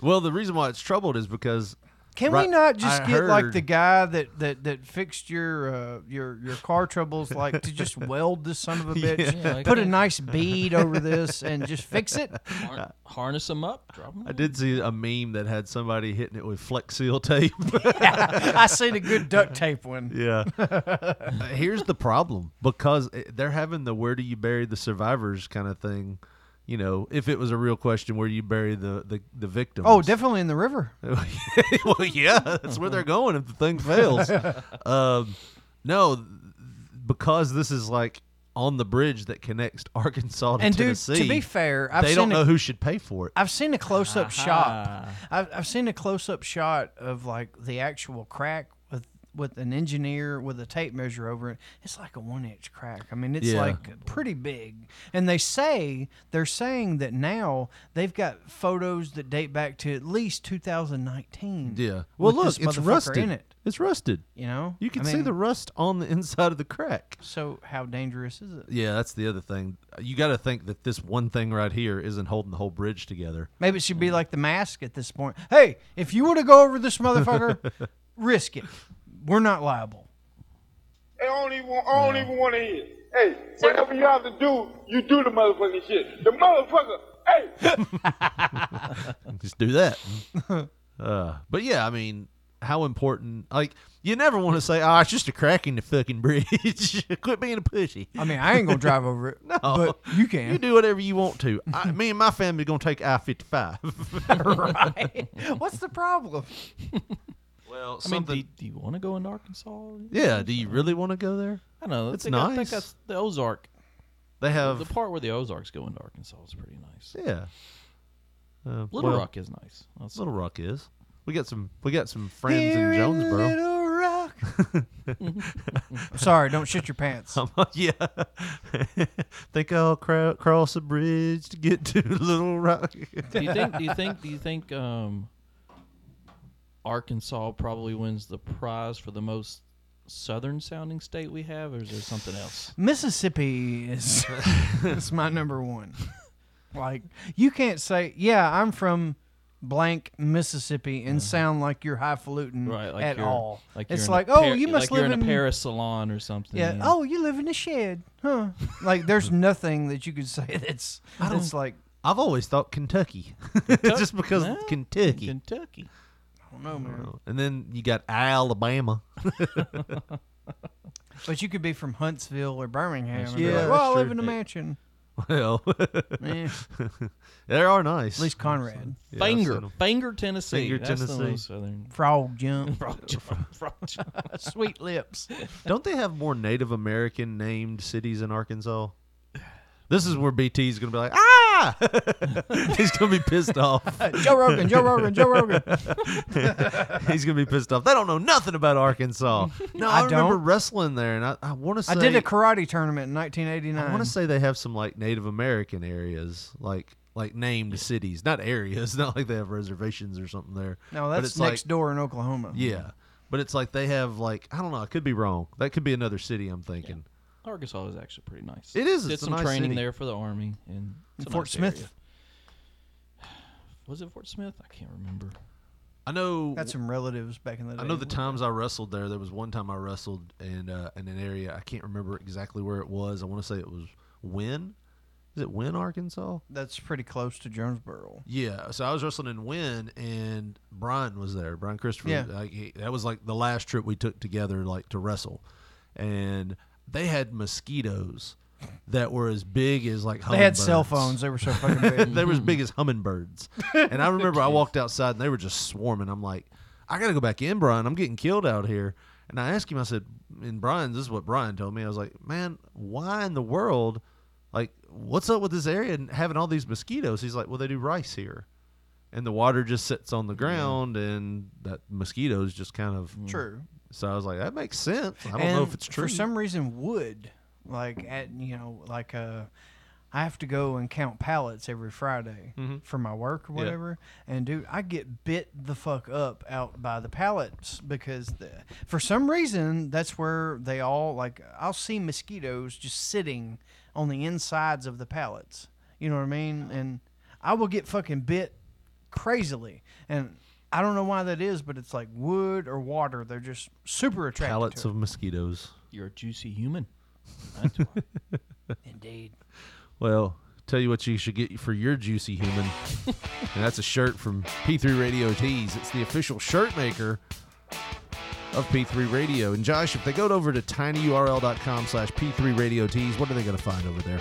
Well, the reason why it's troubled is because Can Right, we not just I get like heard- the guy that that that fixed your uh, your your car troubles, like <laughs> to just weld this son of a bitch, Yeah, like- put a nice bead over this, and just fix it? <laughs> har- harness them up. Drop 'em Uh, I did see a meme that had somebody hitting it with Flex Seal <laughs> <laughs> tape. I seen a good duct tape one. yeah. Uh, Here's the problem because it- they're having the where do you bury the survivors kind of thing. You know, if it was a real question, where do you bury the the, the victims? Oh, definitely in the river. <laughs> well, yeah, that's where they're going if the thing <laughs> fails. um, no, th- because this is like on the bridge that connects <laughs> Arkansas to And dude, Tennessee. to be fair, I've they seen don't a- know who should pay for it. I've seen a close Uh-huh. up shot. I've, I've seen a close up shot of like the actual crack with with an engineer with a tape measure over it. It's like a one inch crack. I mean, it's Yeah. like pretty big. And they say they're saying that now they've got photos that date back to at least 2019. yeah. Well, with look, this it's motherfucker rusted. in it. It's rusted. You know, You can I see mean, the rust on the <laughs> inside of the crack. So how dangerous is it? Yeah, that's the other thing. You got to think that this one thing right here isn't holding the whole bridge together. Maybe it should be like the mask at this point. Hey, if you were to go over this motherfucker, <laughs> risk it. We're not liable. I don't even, I don't even want to hear. it. Hey, whatever you have to do, you do the motherfucking shit. The motherfucker, hey, <laughs> Just do that. <laughs> uh, but yeah, I mean, how important? Like, you never want to say, "Oh, it's just a crack in the fucking <laughs> bridge." Quit being a pussy. I mean, I ain't gonna drive over <laughs> it. no, but you can. You do whatever you want to. I, <laughs> me and my family gonna take I fifty five. <laughs> right? What's the <laughs> problem? Well, I mean, do, do you want to go into Arkansas? yeah. Do you really want to go there? I don't know. It's I think, I nice. think that's the Ozark. They have The part where the Ozarks go into Arkansas is pretty nice. yeah. Uh, Little well, Rock is nice. That's- Little Rock is. We got some. We got some friends in Jonesboro. Rock. <laughs> Sorry, don't shit your pants. Um, I'm <laughs> like, yeah. <laughs> Think I'll cra- cross a bridge to get to <laughs> Little Rock. do you think? Do you think? Do you think? Um, Arkansas probably wins the prize for the most southern-sounding state we have, or is there something else? Mississippi <laughs> is is my number one. Like you can't say, yeah, I'm from blank Mississippi and sound like you're highfalutin Mm-hmm. Right, like at you're- all. Like it's you're in a like, oh, Par- Mm-hmm. you must like live you're in, a Paris salon or something. Yeah. Oh, you live in a shed, huh? Like <laughs> there's nothing that you could say that's that's like <laughs> I've always thought Kentucky, just because Well, Kentucky. Kentucky. don't know, man. And then you got Alabama. <laughs> But you could be from Huntsville or Birmingham. and be Yeah, like, that's well, I live true. in <laughs> a mansion. Well, Eh, at they are nice. least Conrad. Yeah, I've seen Fanger, 'em. Fanger, Tennessee. Fanger, That's the Tennessee. most southern. <laughs> Frog jump. <laughs> Frog jump, frog jump. Sweet lips. Don't they have more Native American named cities in Arkansas? This is where BT is going to be like, ah! <laughs> He's going to be pissed off. Joe Rogan, Joe Rogan, <laughs> Joe Rogan. He's going to be pissed off. They don't know nothing about <laughs> Arkansas. No, I, I remember don't. wrestling there, and I, I want to say I did a karate tournament in 1989. I want to say they have some like Native American areas, like like named cities, not areas. <laughs> Not like they have reservations or something there. no, But that's it's like- next door in Oklahoma. Yeah, but it's like they have like I don't know. I could be wrong. That could be another city. I'm thinking. Arkansas is actually pretty nice. It is, Did it's a some nice training city. there for the army in In Fort Smith. Was it Fort Smith? I can't remember. I know. Got some relatives back in the day. I know the times I wrestled there. There was one time I wrestled in uh, in an area I can't remember exactly where it was. I want to say it was Wynn. Is it Wynn, Arkansas? That's pretty close to Jonesboro. Yeah. So I was wrestling in Wynn, and Brian was there. Brian Christopher. Yeah. Like, he- that was like the last trip we took together, like to wrestle, and they had mosquitoes that were as big as like They had cell hummingbirds. phones. They were so fucking <laughs> big. <laughs> they were as big as hummingbirds. And I remember I walked outside and they were just swarming. I'm like, I got to go back in, Brian. I'm getting killed out here. And I asked him, I said, and Brian, this is what Brian told me. I was like, man, why in the world? Like, what's up with this area and having all these mosquitoes? He's like, well, they do rice here. And the water just sits on the ground and that mosquitoes just kind of. True. So I was like, that makes sense. I don't and know if it's true. For some reason, wood, like at you know, like uh, I have to go and count pallets every Friday Mm-hmm. for my work or whatever. And dude, I get bit the fuck up out by the pallets because the, for some reason that's where they all like. I'll see mosquitoes just sitting on the insides of the pallets. You know what I mean? And I will get fucking bit crazily and. I don't know why that is, but it's like wood or water. They're just super attracted to pallets it. of mosquitoes. You're a juicy human. That's why. Indeed. Well, tell you what you should get for your juicy <laughs> human. and that's a shirt from P3 Radio Tees. It's the official shirt maker of P3 Radio. And Josh, if they go over to tinyurl.com slash P3 Radio Tees, what are they going to find over there?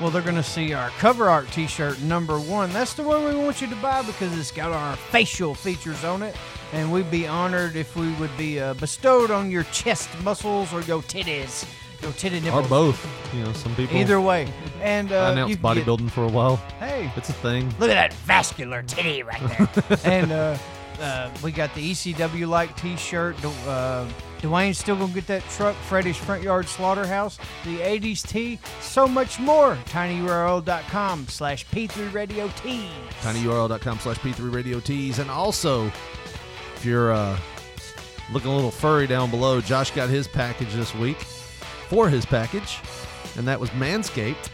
Well, they're going to see our cover art t shirt number one. That's the one we want you to buy because it's got our facial features on it. And we'd be honored if we would be uh, bestowed on your chest muscles or your titties, your titty Or nipples. both. You know, some people Either way. And I uh, you announced can get- bodybuilding for a while. hey. It's a thing. Look at that vascular titty right there. <laughs> and uh, uh, we got the ECW like t shirt. Uh, Dwayne's still going to get that truck, Freddy's Front Yard Slaughterhouse, the 80s tee, so much more. tinyurl.com slash P3 Radio Tees. tinyurl.com slash P3 Radio Tees. And also, if you're uh, looking a little furry down below, Josh got his package this week for his package, and that was Manscaped.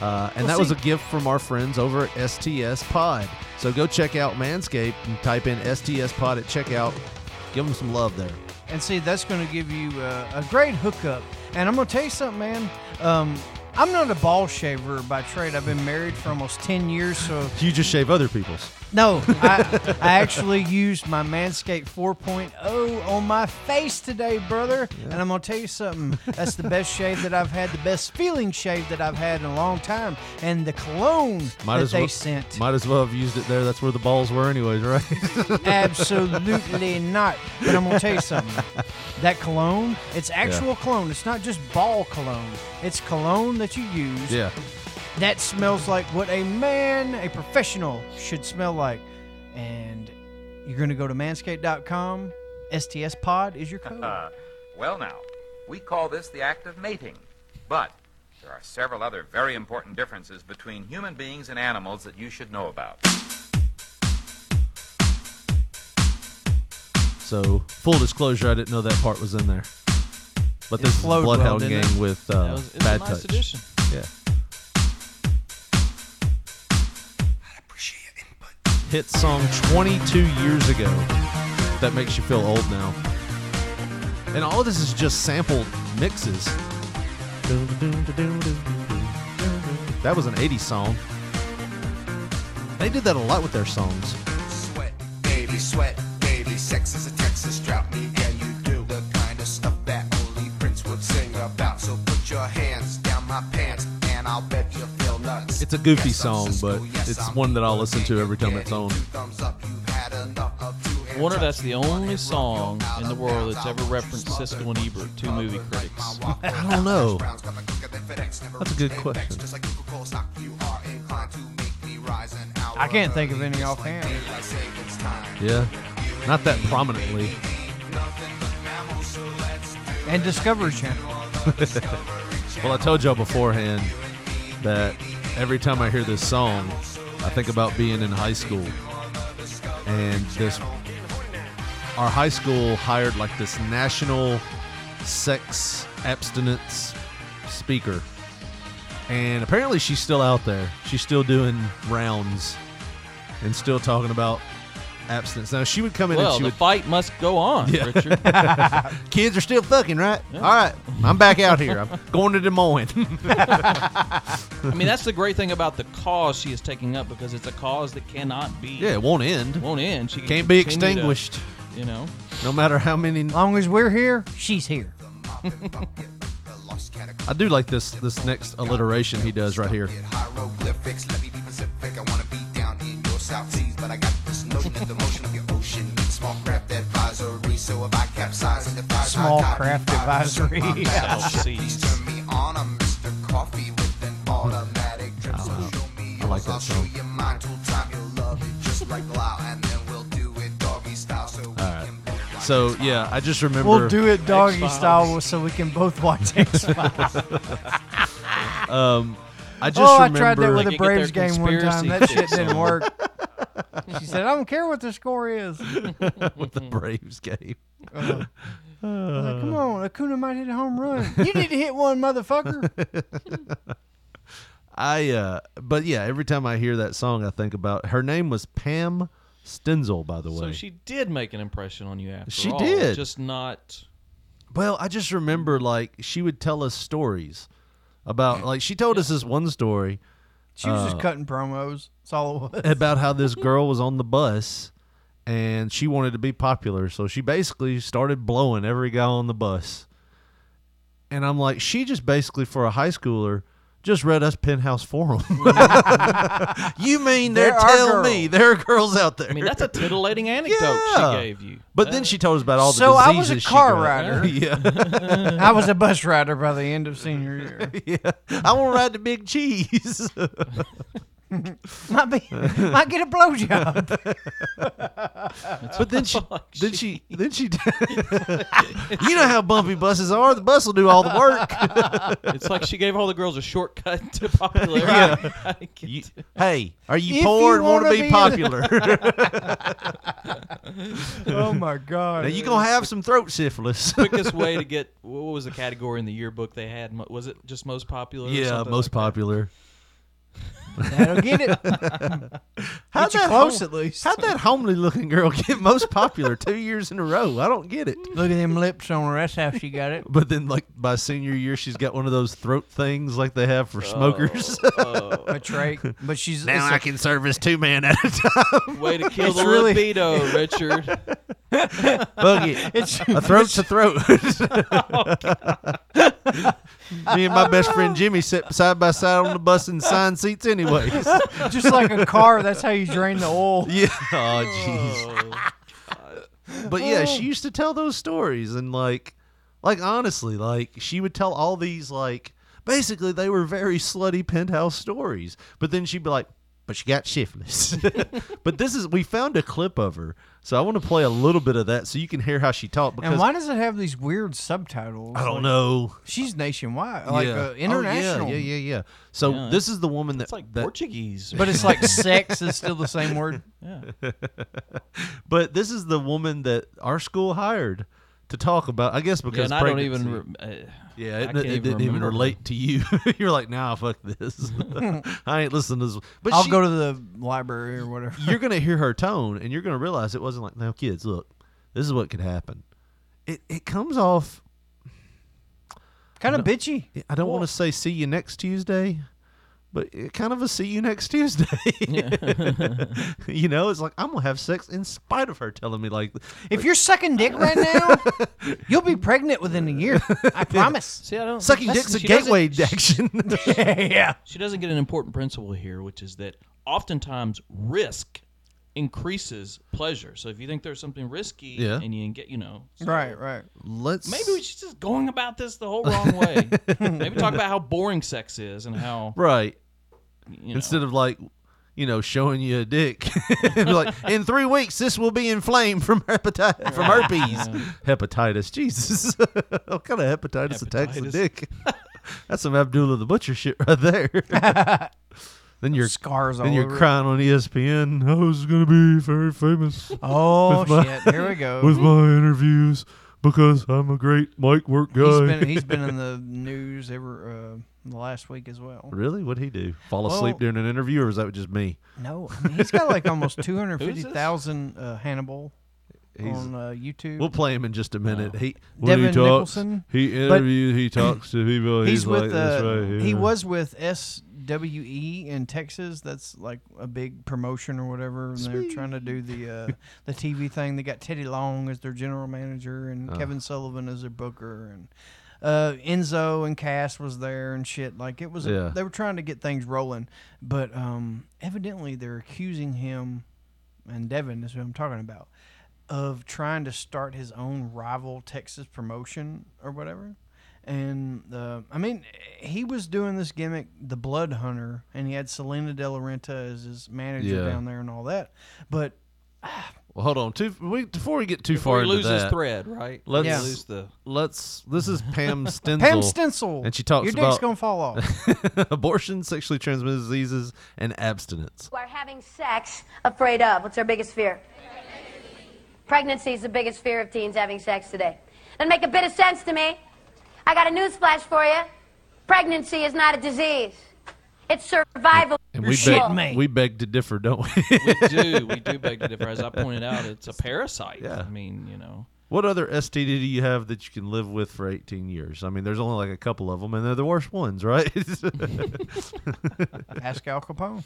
Uh, and that was a gift from our friends over at STS Pod. So go check out Manscaped and type in STS Pod at checkout. Give them some love there. And see, that's going to give you uh, a great hookup. And I'm going to tell you something, man. Um, I'm not a ball shaver by trade. I've been married for almost 10 years, so You just shave other people's. No, I, I actually used my Manscaped 4.0 on my face today, brother. And I'm going to tell you something. That's the best shave that I've had, the best feeling shave that I've had in a long time. And the cologne Might that as they well, sent. Might as well have used it there. That's where the balls were, anyways, right? <laughs> <laughs> Absolutely not. But I'm gonna tell you something. That cologne, it's actual cologne. It's not just ball cologne. It's cologne that you use yeah. that smells like what a man, a professional, should smell like. And you're going to go to manscaped.com. STS pod is your <laughs> code. Uh-huh. Well, now, we call this the act of mating. But there are several other very important differences between human beings and animals that you should know about. So full disclosure, I didn't know that part was in there. But this is flowed well, Bloodhound didn't Gang with uh, That was- it's a Bad nice Touch. addition. Yeah. Hit song 22 years ago. That makes you feel old now. And all this is just sampled mixes. That was an 80s song. They did that a lot with their songs. Sweat, baby, sweat, baby, sex is a Texas drought. Yeah, you do the kind of stuff that only Prince would sing about. So put your hands down my pants, and I'll bet you feel nuts. It's a goofy song, but it's one that I'll listen to every time it's on. I wonder if that's the only song in the world that's ever referenced Siskel and Ebert, two movie critics. I don't know. That's a good question. I can't think of any offhand. Yeah, not that prominently. And Discovery Channel. well, I told y'all beforehand that every time I hear this song, I think about being in high school. And this, our high school hired like this national sex abstinence speaker. And apparently she's still out there. She's still doing rounds and still talking about abstinence. Now she would come in and Well, she the would fight must go on, Yeah. <laughs> Richard. Kids are still fucking, right? All right, I'm back out here. I'm <laughs> going to Des Moines. I mean, that's the great thing about the cause she is taking up because it's a cause that cannot be. Yeah, it won't end. Won't end. She can Can't be continue to- extinguished. you know. No matter how many. long as we're here, she's here. I do like this this next alliteration he does right here. Hieroglyphics, let me be Pacific. I wanna be down in your South Seas, but I got this notion that the motion of your ocean needs small craft advisory. So if I capsize and defies high Small tide, craft I reserve <laughs> advisory. my South battleship. Seas. Please turn me on a Mr. Coffee with an automatic drip. So show me Uh, I like yours, that I'll show song. you mine. Till time you'll love it just like Lyle, and then we'll do it doggy style. So All right. So yeah, I just remember. <laughs> We'll do it doggy style so we can <laughs> both watch X Files. um, I just oh, I remember. tried that with a a Braves game one time. That shit <laughs> didn't work. She said, "I don't care what the score is." with <laughs> the Braves game. Uh, Uh. Like, Come on, Acuna might hit a home run. You need to hit one, motherfucker. I uh, but yeah, every time I hear that song, I think about her name was Pam Stenzel, by the way. So she did make an impression on you after She all, did. Just not. Well, I just remember like she would tell us stories about like she told us this one story. She was just uh, cutting promos. That's all it was. about how this girl was on the bus and she wanted to be popular, so she basically started blowing every guy on the bus. And I'm like, she just basically for a high schooler just read us Penthouse Forum. <laughs> you mean <laughs> they're There are telling me girls. there are girls out there? I mean, that's a titillating anecdote Yeah. she gave you. But then she told us about all the so I was a diseases she car got. rider. yeah, I was a bus rider by the end of senior <laughs> year. <laughs> yeah, I want to ride the big cheese. <laughs> might be, might get a blowjob. but <laughs> then she, then she, then she, <laughs> you know how bumpy buses are. The bus will do all the <laughs> work. it's like she gave all the girls a shortcut <laughs> to popularity. <laughs> I get You- it. hey, are you If poor you and want to wanna be, be- popular? <laughs> <laughs> oh my god! now you gonna have some throat <laughs> syphilis. quickest way to get what was the category in the yearbook they had? Mo- Was it just most popular? or <laughs> yeah, something? most popular. That'll get <laughs> it. How'd Get you that close hom- at least. How'd that homely looking girl get most popular two years in a row? I don't <laughs> get it. Look at them lips on her. That's how she got it. But then, like by senior year, she's got one of those throat things like they have Oh, for smokers. <laughs> A trach. But she's now it's a- I can service two men at a time. Way to kill It's the really- libido, Richard. Bug <laughs> it. It's- a throat to <laughs> throat. Oh, <laughs> Me and my best friend Jimmy sit side by side on the bus in assigned seats, anyways. <laughs> just like a car. That's how you drain the oil. <laughs> Yeah. Oh, jeez. But yeah, Oh. she used to tell those stories, and like, like honestly, like she would tell all these like basically they were very slutty penthouse stories. But then she'd be like, "But she got syphilis." <laughs> but this is we found a clip of her, so I want to play a little bit of that so you can hear how she talked. Because And why does it have these weird subtitles? I Like, don't know. She's nationwide, like Yeah. uh, Oh, yeah, international. yeah, yeah, yeah. So Yeah. this is the woman that It's like that, Portuguese. But it's like sex is still the same word. yeah. but this is the woman that our school hired to talk about. I guess because and I don't pregnancy. even. Re- uh, Yeah, it, I can't it didn't even remember. relate to you. <laughs> You're like, nah, fuck <laughs> this. <laughs> I ain't listening to this. <laughs> But I'll she- go to the library or whatever. <laughs> you're gonna hear her tone, and you're gonna realize it wasn't like, now, kids, look, this is what could happen. It it comes off. Kind of bitchy. I don't want to say see you next Tuesday, but it kind of a see you next Tuesday. <laughs> you know, it's like I'm gonna have sex in spite of her telling me like. If you're sucking <laughs> dick right now, you'll be pregnant within a year. I promise. See, I don't Sucking dick's a She doesn't- gateway <laughs> action. <laughs> yeah. She doesn't get an important principle here, which is that oftentimes risk increases pleasure. So if you think there's something risky Yeah. and you get, you know, so Right, right. <laughs> Let's maybe we should just going about this the whole wrong way. maybe talk about how boring sex is and how Right. You know. Instead of like, you know, showing you a dick, <laughs> Be like in three weeks this will be inflamed from hepatitis, from herpes, hepatitis. Jesus, <laughs> what kind of hepatitis, attacks the Hepatitis. dick? <laughs> That's some Abdullah the Butcher shit right <laughs> there. then you're Scars Then all you're over it. crying on E ESPN. I was gonna be very famous. <laughs> Oh, with my- shit. Here we go. <laughs> With my interviews, because I'm a great mic work guy. He's been he's been in the news ever uh, the last week as well. <laughs> Really? What'd he do? Fall Well- asleep during an interview, or is that just me? No, I mean, he's got <laughs> like almost two hundred Who's fifty this? thousand uh, Hannibal He's- on uh, YouTube. We'll play him in just a minute. He when Devin he talks, Nicholson. he But interviews, he talks to people. He's, He's, with like uh, this right he here. was with SWE in Texas. That's like a big promotion or whatever, and they're trying to do <laughs> the uh, the TV thing. They got Teddy Long as their general manager and Oh. Kevin Sullivan as their booker and. Uh, Enzo and Cass was there and shit. Like it was, a- Yeah. they were trying to get things rolling, but um, evidently they're accusing him, and Devin is who I'm talking about, of trying to start his own rival Texas promotion or whatever. And uh, I mean, he was doing this gimmick, the Blood Hunter, and he had Selena De La Renta as his manager Yeah. down there and all that. But Well, hold on. Too, we, before we get too Before far he into loses that, thread, right? Let's Yeah. Lose the- let's. This <laughs> is Pam Stenzel. Pam Stenzel, and she talks your dick's about gonna <laughs> fall off. abortion, sexually transmitted diseases, and abstinence. We're having sex afraid of. What's our biggest fear? Pregnancy is the biggest fear of teens having sex today. Doesn't make a bit of sense to me. I got a newsflash for you. Pregnancy is not a disease. It's survival. And we beg, we beg to differ, don't we? <laughs> we do we do beg to differ. As I pointed out, it's a parasite. I mean, you know. What other STD do you have that you can live with for 18 years? I mean, there's only like a couple of them, and they're the worst ones, right? <laughs> ask Al Capone.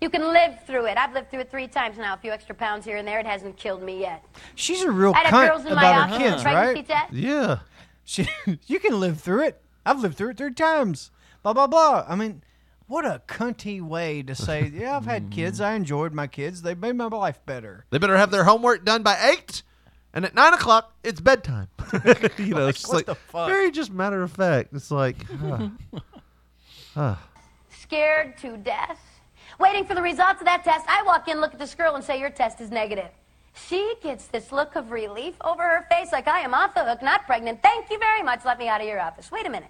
You can live through it. I've lived through it three times now. A few extra pounds here and there. It hasn't killed me yet. She's a real I had cunt girls in my about her office kids, pregnancy right? test. Yeah. She, <laughs> you can live through it. I've lived through it three times. Blah blah blah. I mean, what a cunty way to say, yeah, I've had kids. I enjoyed my kids. They made my life better. They better have their homework done by eight, and at nine o'clock it's bedtime. <laughs> <laughs> you know, it's just like very just matter of fact. It's <laughs> like, huh, huh. Scared to death. Waiting for the results of that test. I walk in, look at this girl, and say, Your test is negative. She gets this look of relief over her face, like I am off the hook, not pregnant. Thank you very much. Let me out of your office. Wait a minute.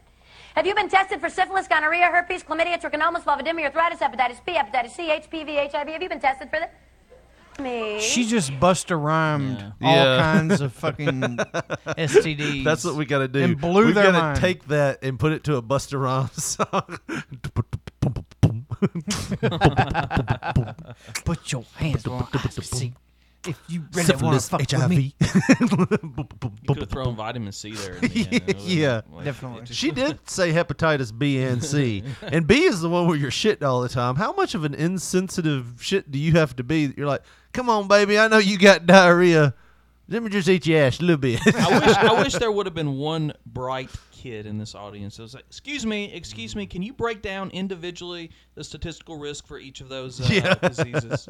Have you been tested for syphilis, gonorrhea, herpes, chlamydia, trichinomas, vulvodynia, arthritis, hepatitis B, hepatitis C, HPV, HIV? Have you been tested for that? Me. She just buster rhymed all Yeah. <laughs> kinds of fucking STDs. That's what we got to do. And blew We've their gotta mind. take that and put it to a Buster Rhymes <laughs> song. Put your hands on my eyes to see if you really Syphilis, want to fuck HIV. with me. <laughs> You could have thrown vitamin C there. In <laughs> the end. It would've- yeah, like, it <laughs> just- She did say hepatitis B and C, and B is the one where you're shitting all the time. How much of an insensitive shit do you have to be that you're like, come on, baby, I know you got diarrhea. Let me just eat your ass a little bit. <laughs> I wish I wish there would have been one bright kid in this audience. that was like, excuse me, excuse me, can you break down individually the statistical risk for each of those uh, <laughs> diseases?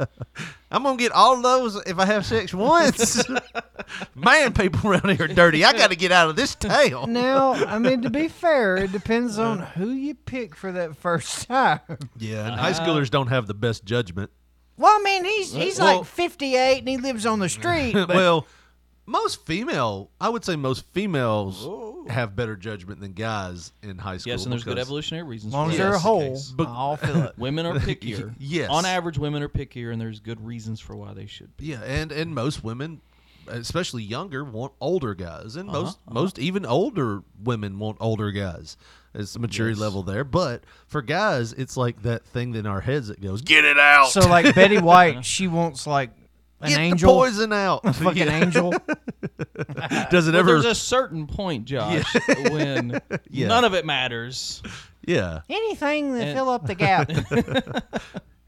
I'm gonna get all those if I have sex once. <laughs> Man, people around here are dirty. I got to get out of this town. Now, I mean, to be fair, it <laughs> depends on who you pick for that first <laughs> time. Yeah, and high schoolers don't have the best <laughs> judgment. Well, I mean, he's he's Well- like 58 and he lives on the <laughs> street. But well, most female, I would say most females have better judgment than guys in high school. Oh. Yes, and there's good because- evolutionary reasons. As long for as that. they're a That's the hole, case. But- I'll fill <laughs> it. Women <laughs> are pickier. Yes. on average, women are pickier, and there's good reasons for why they should be. Yeah, and and most women, especially younger, want older guys, and most Uh-huh, most even older women want older guys. It's the maturity Yes. level there, but for guys, it's like that thing in our heads that goes, "Get it out." So, like Betty White, she wants like an Get the angel. poison <laughs> out. A <laughs> fucking Yeah. angel. Does it Well, ever? <laughs> There's a certain point, Josh, when Yeah. none of it matters. Yeah. <laughs> Anything to And- fill up the gap.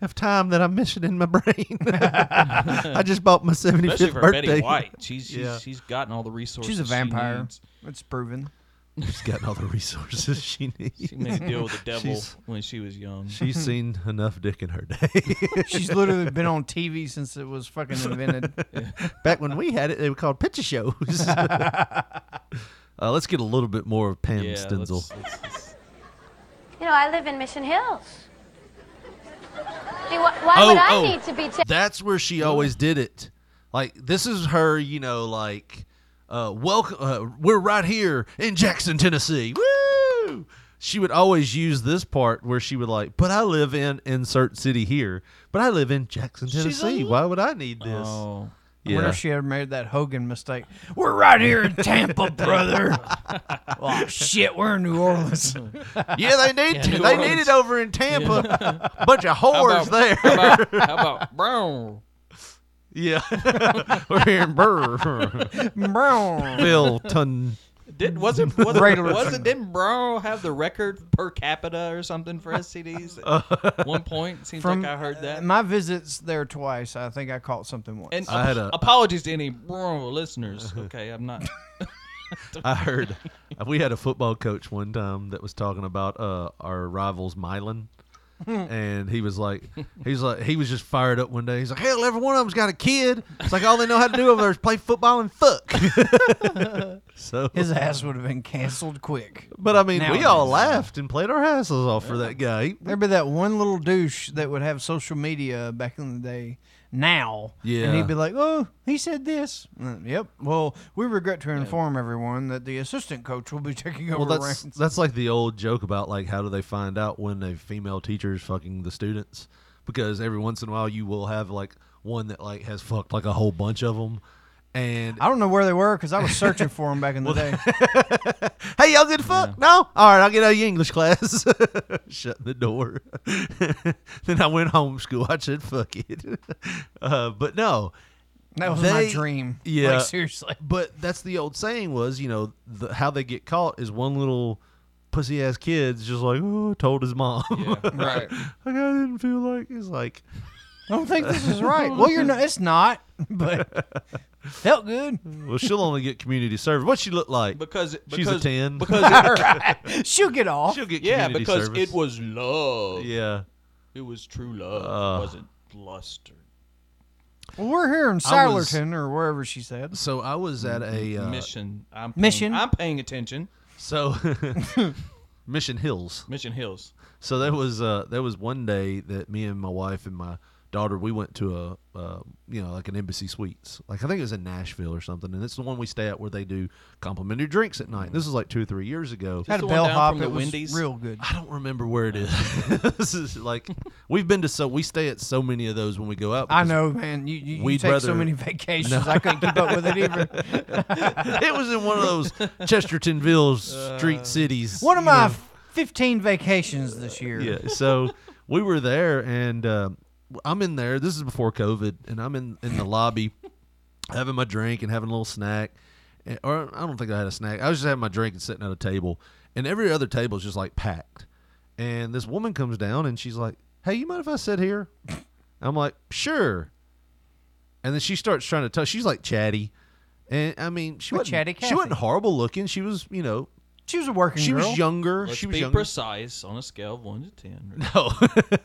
Have time that I'm missing in my brain. <laughs> I just bought my 75th Especially for birthday. Betty <laughs> White. She's she's, Yeah. she's gotten all the resources. She's a she vampire. needs. It's proven. She's gotten all the resources <laughs> she needs. She made a deal with the <laughs> devil She's- when she was young. <laughs> She's seen enough dick in her day. She's literally been on TV since it was fucking invented. <laughs> Back when we had it, they were called picture shows. uh, let's get a little bit more of Pam Yeah, Stenzel. You know, I live in Mission Hills. See, wh- why would I need to be? checked? That's where she always did it. Like this is her, you know, like uh welcome uh, we're right here in Jackson, Tennessee. Woo! She would always use this part where she would like, but I live in insert city here, but I live in Jackson, Tennessee. Why would I need this? Oh. I wonder Yeah. if she ever made that Hogan mistake. We're right here in Tampa, brother. oh shit, we're in New <laughs> Orleans. yeah, they <laughs> need New they Orleans. need it over in Tampa. Bunch of How whores about- there. how <laughs> about- How about brown? yeah, <laughs> we're here in Burr. <laughs> Brown. Phil Tun. Did <laughs> was it was it, Raidler. was it didn't Bro have the record per capita or something <laughs> for STDs Uh, at one point? Seems From like I heard that. my visits there twice, I think I caught something once. And ap- apologies to any Bro listeners. <laughs> Okay, I'm not. I heard we had a football coach one time that was talking about uh, our rivals Milan, and he was like, he was like, he was just fired up one day. He's like, hell, every one of them's got a kid. It's like all they know how to do over there is play football and fuck. <laughs> so His ass would have been canceled quick. But I mean, we all Nowadays. laughed and played our asses off for that guy. There'd be that one little douche that would have social media back in the day. Now, and Yeah. he'd be like, "Oh, he said this." Mm, yep. Well, we regret to inform everyone that the assistant coach will be <laughs> taking over. Well, that's rounds. that's like the old joke about like how do they find out when a female teacher is fucking the students? Because every once in a while you will have like one that like has fucked like a whole bunch of them, and I don't know where they were because I was searching for them back in <laughs> the day. hey, y'all good fuck? No? All right, I'll get out of your English class. <laughs> Shut the door. <laughs> then I went home school. I said, fuck it. <laughs> Uh, but no. That was my dream. Like, Yeah. <laughs> seriously. But that's the old saying was, you know, the, how they get caught is one little pussy ass kid's just like, oh, I told his mom. right. <laughs> like, I didn't feel like, it's like, I don't think this is right. Well, you're not. It's not. <laughs> But <laughs> felt good. well, she'll only get community service. What she look like? Because, she's a because- 10. because Right. She'll get off. She'll get yeah, community because service. it was <laughs> love. yeah. It was true love. Uh, it wasn't bluster. Well, we're here in I was- Silerton or wherever she said. So I was at a uh, mission. I'm paying, Mission? I'm paying attention. <laughs> So Mission Hills. Mission Hills. So there was uh there was one day that me and my wife and my daughter we went to a uh, you know like an embassy suites like I think it was in Nashville or something and it's the one we stay at where they do complimentary drinks at night. This is like two or three years ago. Had a bellhop. It was real good. I don't remember where it is. <laughs> this is like we've been to so we stay at so many of those when we go out. I because know, man. You, you, you we'd take so rather- many vacations. <laughs> No. I couldn't keep up with <laughs> it either. it was in one of those <laughs> Chestertonville street cities. Uh, One of you my know. 15 vacations this year. Yeah. So we were there, and um I'm in there. This is before COVID, and I'm in in the lobby having my drink and having a little snack. And, or I don't think I had a snack. I was just having my drink and sitting at a table, and every other table is just like packed. And this woman comes down and she's like, "Hey, you mind if I sit here?" I'm like, "Sure." And then she starts trying to tell. She's like chatty, and I mean, she A wasn't chatty she wasn't Cathy. horrible looking. She was, you know, She was a working she girl. was younger. Let's she was be younger. precise on a scale of one to <laughs> ten. <laughs> No, Oh.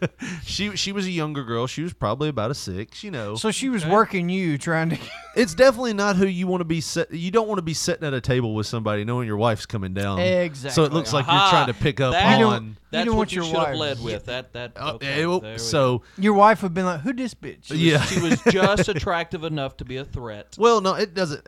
she she was a younger girl. She was probably about a six. You know, So she was working you trying to. <laughs> it's definitely not who you want to be. Set, you don't want to be sitting at a table with somebody knowing your wife's coming down. So Exactly. it looks like you're trying to pick up That- on. That's don't what want you your should have wife- led with. That that. Oh, Okay, eh, well, there we so Your wife would have been like, who this bitch? She was- yeah. she was just attractive enough to be a threat. <laughs> well, no, it doesn't.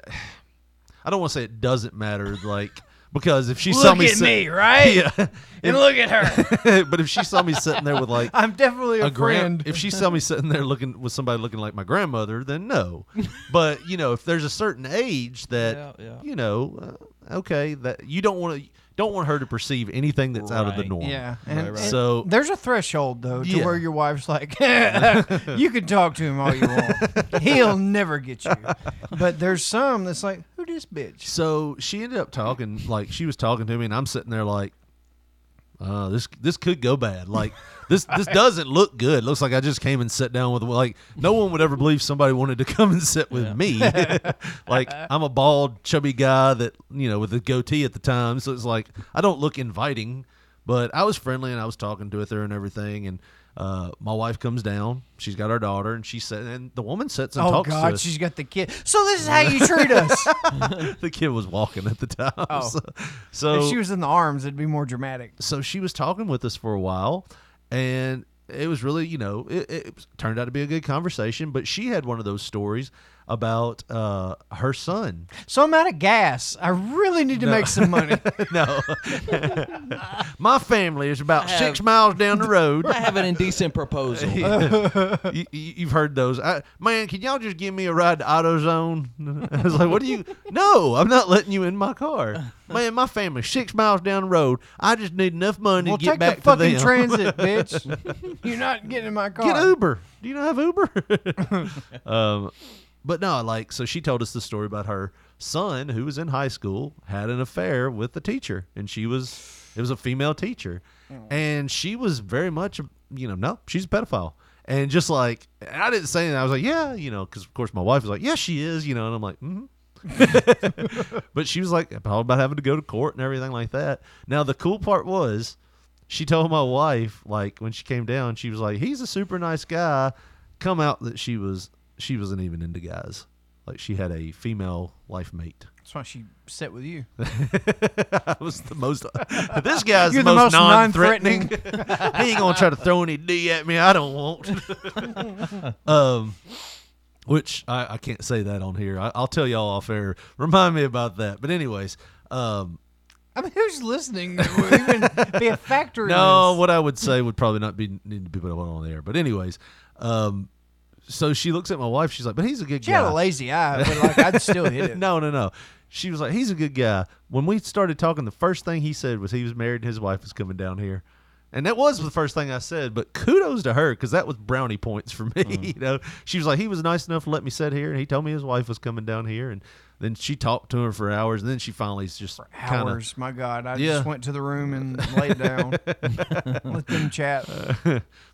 I don't want to say it doesn't matter, like because if she saw Look me, at sit- me, right? <laughs> Yeah, And look at <laughs> her. but if she saw me sitting there with like, I'm definitely a, grand- friend. If she saw me sitting there looking with somebody looking like my grandmother, then <laughs> no. but you know, if there's a certain age that Yeah, yeah. you know, uh, okay, that you don't want to don't want her to perceive anything that's out of the Right. norm. Yeah, and, and So there's a threshold though to Yeah. where your wife's like, <laughs> you can talk to him all <laughs> you want, he'll never get you. But there's some that's like, who this bitch? so she ended up talking like she was talking to me, and I'm sitting there like, uh, this this could go bad. Like this <laughs> this doesn't look good. Looks like I just came and sat down with like no one would ever believe somebody wanted to come and sit with me. <laughs> like I'm a bald, chubby guy that you know with a goatee at the time, so it's like I don't look inviting. But I was friendly and I was talking to it there and everything. And uh, my wife comes down. She's got our daughter, and she said, and the woman sits and Oh talks. to God, us she's got the kid. So this is how you treat <laughs> us. the kid was walking at the time. Oh. So, so- if she was in the arms, it'd be more dramatic. so she was talking with us for a while, and it was really, you know, it, it was- turned out to be a good conversation. But she had one of those stories about uh, her son. So I'm out of gas. I really need to No. make <laughs> some money. no, my family is about six miles down <laughs> the road. I have an indecent proposal. you, you- you've heard those. I, man, can y'all just give me a ride to AutoZone? <laughs> I was like, what do you? No, I'm not letting you in my car. Man, my family's six miles down the road. I just need enough money well, to get take back the fucking to them. <laughs> transit, bitch. You're not getting in my car. Get Uber. Do you not have Uber? <laughs> um, but no, like, so she told us the story about her son who was in high school had an affair with the teacher, and she was it was a female teacher, and she was very much you know no, she's a pedophile. And just like and I didn't say anything, I was like, yeah, you know, because of course my wife was like, yeah, she is, you know, and I'm like, mm-hmm. but she was like all about having to go to court and everything like that. Now the cool part was she told my wife like when she came down, she was like, "He's a super nice guy." Come out that she was she wasn't even into guys. Like she had a female life mate. <laughs> That's why she sat with you. I was the most. <laughs> This guy's You're the the most, most non-threatening. non-threatening. <laughs> <laughs> he ain't gonna try to throw any D at me. I don't want. <laughs> um, which I, I can't say that on here. I, I'll tell y'all off air. Remind me about that. But anyways, um, I mean, who's listening? That would even be a factor. in no, this? what I would say would probably not be need to be put on the air. But anyways, um, so she looks at my wife. She's like, "But he's a good She guy." had a lazy eye, but like I'd still <laughs> hit it. no, no, no. She was like, "He's a good guy." When we started talking, the first thing he said was he was married and his wife was coming down here, and that was the first thing I said. But kudos to her because that was brownie points for me. <laughs> Mm. You know, she was like, "He was nice enough to let me sit here," and he told me his wife was coming down here, and then she talked to her for hours, and then she finally just kind of Hours, my God! I Yeah. just went to the room and <laughs> laid down, let them chat.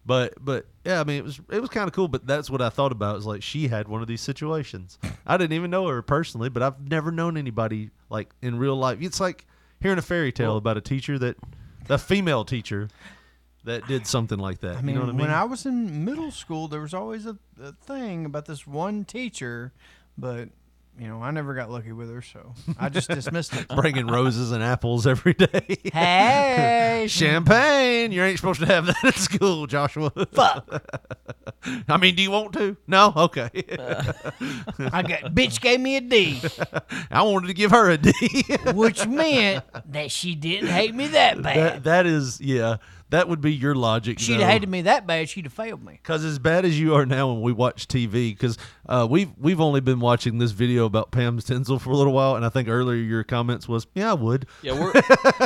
but but yeah, I mean it was it was kind of cool. But that's what I thought about. Is like she had one of these situations. I didn't even know her personally, but I've never known anybody like in real life. It's like hearing a fairy tale about a teacher that a female teacher that did something like that. I mean, you know what I mean? when I was in middle school, there was always a, a thing about this one teacher, but you know, I never got lucky with her, so <laughs> I just dismissed it. Bringing roses and apples every day. <laughs> Hey. champagne! You ain't supposed to have that at school, Joshua. Fuck. <laughs> I mean, do you want to? No. Okay. Uh. I got bitch gave me a D, <laughs> I wanted to give her a D. which meant that she didn't hate me that bad. That, that is, yeah, that would be your logic. She'd have hated me that bad, she'd have failed me. Because as bad as you are now when we watch TV, because uh, we've we've only been watching this video about Pam's tinsel for a little while, and I think earlier your comments was, yeah, I would. Yeah, we're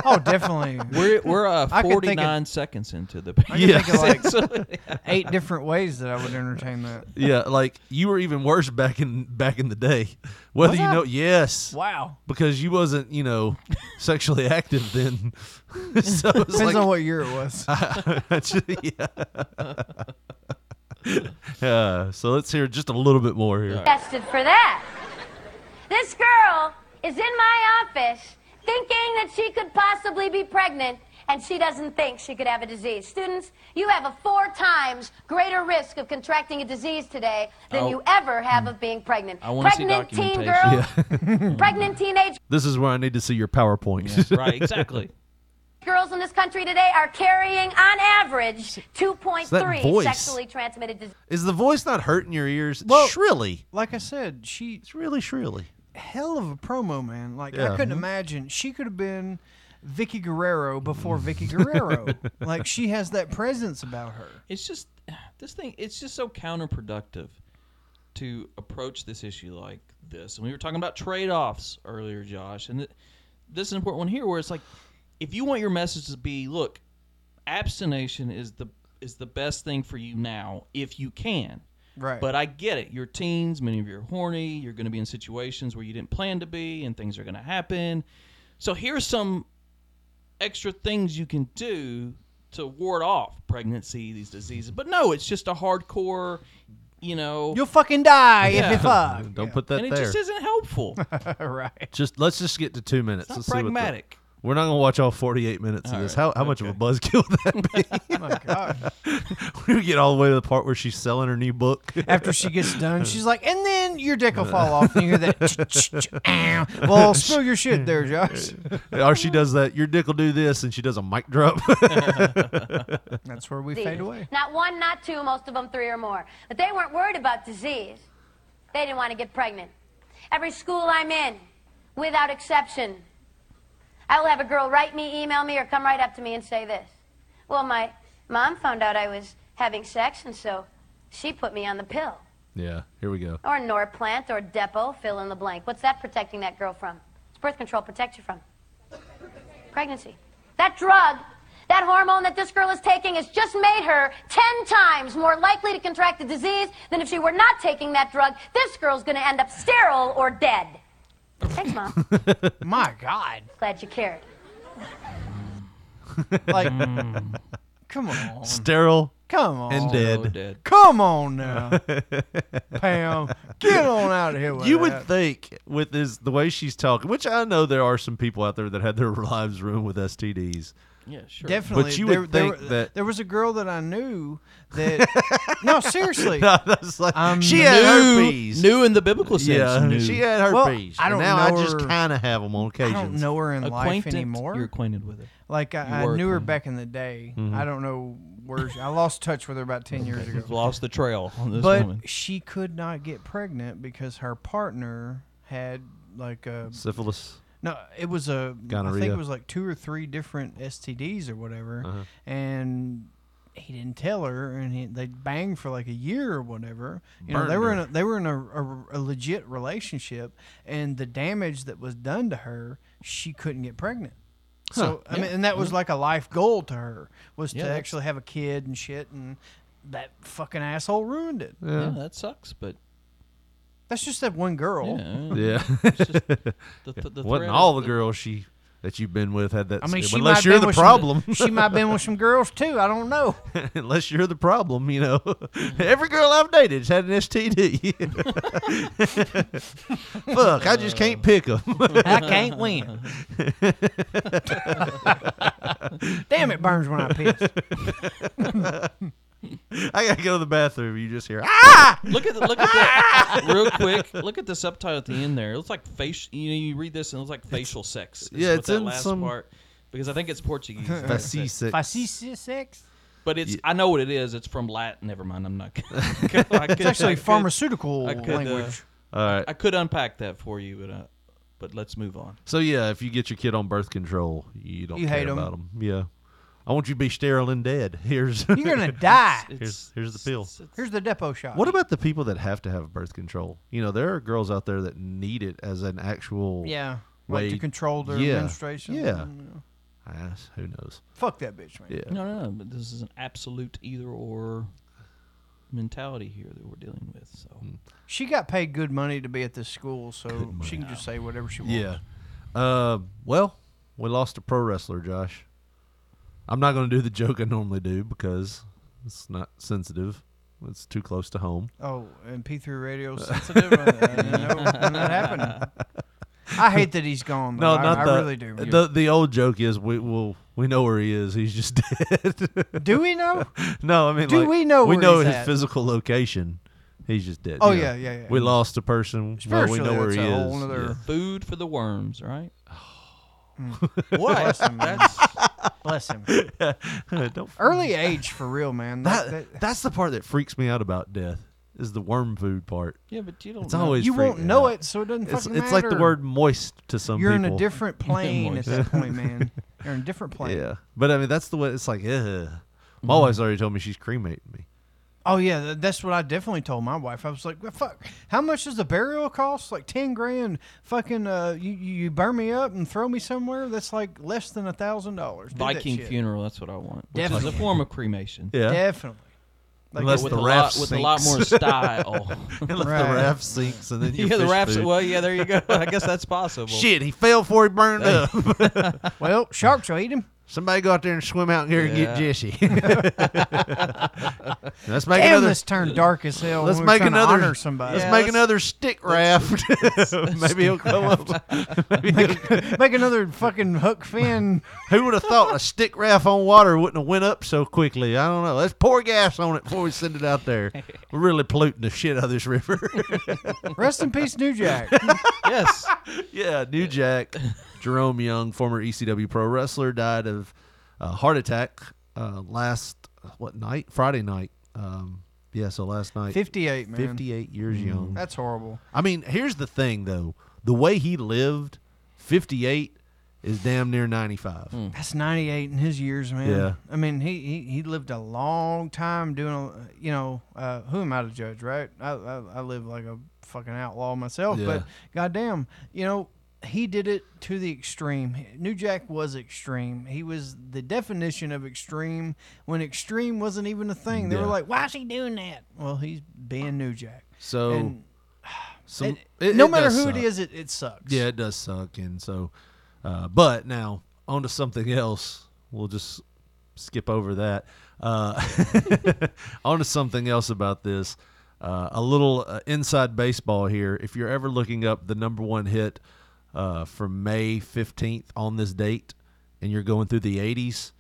Oh, <laughs> definitely. we're we're uh, I could forty think of- nine seconds into the I <laughs> can think So- of like eight different ways that I would entertain that. yeah, like you were even worse back in back in the day. Whether Was you I? know, yes, Wow. because you wasn't you <laughs> know sexually active then. <laughs> so it was Depends like, <laughs> on what year it was. Actually, <laughs> yeah. Uh, so let's hear just a little bit more here. Tested for that. This girl is in my office thinking that she could possibly be pregnant, and she doesn't think she could have a disease. Students, you have a four times greater risk of contracting a disease today than Oh. you ever have of being pregnant. I wanna see pregnant teen girls, documentation. <laughs> pregnant teenage This is where I need to see your PowerPoint. <laughs> right, exactly. girls in this country today are carrying, on average, 2.3 voice. sexually transmitted diseases. Is the voice not hurting your ears? shrilly. Like I said, she it's really shrilly. Hell of a promo, man. Like I Yeah. couldn't Mhm. imagine she could have been Vicky <laughs> Guerrero before Vicky Guerrero. like she has that presence about her. It's just this thing. It's just so counterproductive to approach this issue like this. And we were talking about trade offs earlier, Josh, and th- this is an important one here, where it's like, if you want your message to be, look, abstination is the is the best thing for you now if you can. Right. But I get it. You're teens. Many of you are horny. You're going to be in situations where you didn't plan to be, and things are going to happen. So here's some extra things you can do to ward off pregnancy, these diseases. But no, it's just a hardcore, you know. You'll fucking die if Yeah. you fuck. <laughs> Mm, Don't put that Uh, and there. it just <laughs> isn't helpful. right. Just let's just get to two minutes. not Let's see what the- <laughs> pragmatic. we're not gonna watch all forty-eight minutes of All this. right, How Oh how much of a buzzkill would that <laughs> be? my God. <laughs> we would get all the way to the part where she's selling her new <laughs> book. <laughs> After she gets done, she's like, and then your dick <laughs> will fall off, and you hear that. well, spill your shit there, <laughs> Josh. or she does that. Your dick will do this, and she does a mic drop. <laughs> That's where we diseases. Not one, not two, most of them three or more. But they weren't worried about disease. They didn't want to get pregnant. Every school I'm in, without exception, I will have a girl write me, email me, or come right up to me and say this. Well, my mom found out I was having sex, and so she put me on the pill. yeah, here we go. Or Norplant or Depo, fill in the blank. What's that protecting that girl from? It's birth control protects you from. Pregnancy. That drug, that hormone that this girl is taking has just made her 10 times more likely to contract the disease than if she were not taking that drug. This girl's going to end up sterile or dead. Thanks, Mom. My God. Glad you cared. <laughs> Like, come on. Sterile. Come on. Mm. Oh, And dead. Come <laughs> on now. Pam, get on out of here with You would that. think with this the way she's talking, which I know there are some people out there that had their <laughs> lives ruined with STDs. Yeah, sure. Definitely. But you there, would there think were- that- there was a girl that I knew <laughs> that. no, seriously. No, <laughs> that's like- I'm she had new- herpes. New in the biblical sense. Yeah, new. she had herpes. Well, and I don't now know I just her- kind of have them on I occasion. don't know her in life Acquainted- anymore. You're acquainted with her. Like You I, I were knew her acquainted. back in the day. Mhm. I don't know where she, I lost touch with her about ten years ago. You've lost the trail on this but woman. she could not get pregnant because her partner had like a Syphilis. No, it was a. I think Gonorrhea. it was like two or three different STDs or whatever, Uh-huh. and he didn't tell her, and he, they banged for like a year or whatever. You know, Burned they were in her. a, they were in a, a, a legit relationship, and the damage that was done to her, she couldn't get pregnant. So I Huh. mean, Yeah. and that Mm-hmm. was like a life goal to her was Yeah, to that's- actually have a kid and shit, and that fucking asshole ruined it. yeah. that sucks, but That's just that one girl. yeah. <laughs> Yeah. It's just the <laughs> th- the Wasn't threat all of the girls she that you've been with had that. I mean, sk- she unless might you're been the with some- problem, <laughs> she might have been with some girls too. I don't know. unless you're the problem, you know. <laughs> Every girl I've dated's had an STD. <laughs> Fuck, I just can't pick them. I can't win. <laughs> Damn, it burns when I piss. <laughs> I gotta go to the bathroom. You just hear ah. Look at the, look at that <laughs> real quick. Look at the subtitle at the end there. It looks like face. You know, you read this and it looks like facial sex. is yeah, what it's that in last some- part because I think <laughs> it's Portuguese. Fascist. Fascist sex. But it's I know what it is. It's from Latin. Never mind. <laughs> I'm not. <laughs> It's actually pharmaceutical I could, <laughs> uh, language. All right. I could unpack that for you, but uh, but let's move on. So yeah, if you get your kid on birth control, you don't You care hate 'em. about them. Yeah, I want you to be sterile and dead. <laughs> Here's You're gonna die. here's here's the pill. Here's the depot shot. What about the people that have to have birth control? You know, there are girls out there that need it as an actual Yeah, Mm, way like to control their yeah. menstruation. Yeah, Ah, who knows? Fuck that bitch, man. Yeah, No, no, no. But this is an absolute either or mentality here that we're dealing with. So Hmm. She got paid good money to be at this school, so she can just say whatever she wants. yeah. Uh, well, we lost a pro wrestler, Josh. I'm not going to do the joke I normally do because it's not sensitive. It's too close to home. Oh, and P3 Radio <laughs> is sensitive. Uh, I didn't know when that happened. I hate that he's gone. No, though. I, not I the, really do. The the old joke is we will we know where he is. He's just <laughs> dead. do we know? no, I mean, Do like, we know we where know he's his at? physical location? He's just dead. Oh, you yeah, know. yeah, yeah. We lost a person. Well, we know Spiritually, where that's he a whole is. nother- yeah. food for the worms, right? Bless what? him, man. That's Bless him. <laughs> Don't f- Early age for real, man. That, Mm. that, that- that's the part that freaks me out about death is the worm food part. yeah, but you don't. It's know. always you won't freaked me know out. it, so it doesn't It's, fucking it's matter. like the word moist to some You're people. in <laughs> a different plane at that point, man. You're in a different plane. yeah, but I mean that's the way it's like. Ugh. Mm-hmm. My wife's already told me she's cremating me. Oh yeah, th- that's what I definitely told my wife. I was like, well, "Fuck, how much does the burial cost? Like ten grand? Fucking, uh, you you burn me up and throw me somewhere? That's like less than a thousand dollars. Do that Viking shit. funeral. That's what I want. Which is Definitely. a form of cremation. Yeah, <laughs> Definitely. Like Unless it- with the a raft lot, with a lot more sinks. <laughs> style. <laughs> Unless the Right. <laughs> raft sinks and then you yeah, the raps. food. Well, yeah, there you go. I guess that's possible. Shit, he fell for he burned up. well, sharks will eat him. Somebody go out there and swim out here and get Yeah. <laughs> Jesse. <laughs> let's <laughs> make Damn, another. this turned dark as hell Let's when we were make trying to another. honor somebody. Let's Yeah, make let's- another stick raft. <laughs> <laughs> Maybe he'll come up. <laughs> Maybe he'll- Make another fucking <laughs> hook fin. Who would have thought a stick raft on water wouldn't have went up so quickly? I don't know. Let's pour gas on it before we send it out there. We're really polluting the shit out of this river. Rest in peace, New Jack. <laughs> yes. yeah, New Jack, Jerome Young, former ECW pro wrestler, died of a heart attack uh, last what night? Friday night. Um, yeah, so last night. 58, man. Mm-hmm. 58 years young. That's horrible. I mean, here's the thing though. The way he lived, 58 is damn near 95. That's 98 in his years, man. Yeah. I mean, he, he, he lived a long time doing, a, you know, uh, who am I to judge, right? I, I, I live like a fucking outlaw myself, but Yeah. goddamn, you know, he did it to the extreme. New Jack was extreme. He was the definition of extreme when extreme wasn't even a thing. They Yeah. were like, why is he doing that? Well, he's being New Jack. So, And- so and it- no it matter does who suck. it is, it, it sucks. Yeah, it does suck, and so, uh, but now on to something else. We'll just skip over that. Uh, <laughs> on to something else about this. Uh, a little uh, inside baseball here. If you're ever looking up the number one hit uh, from May 15th on this date, and you're going through the 80s,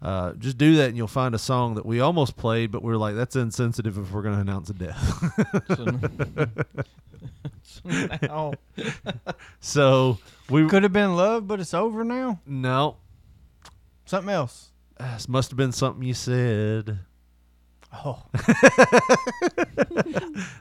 uh, just do that, and you'll find a song that we almost played, but we we're like, that's insensitive if we're going to announce a death. Oh. <laughs> so we Could have been love, but it's over now. no, Something else. this must have been something you said. Oh. <laughs>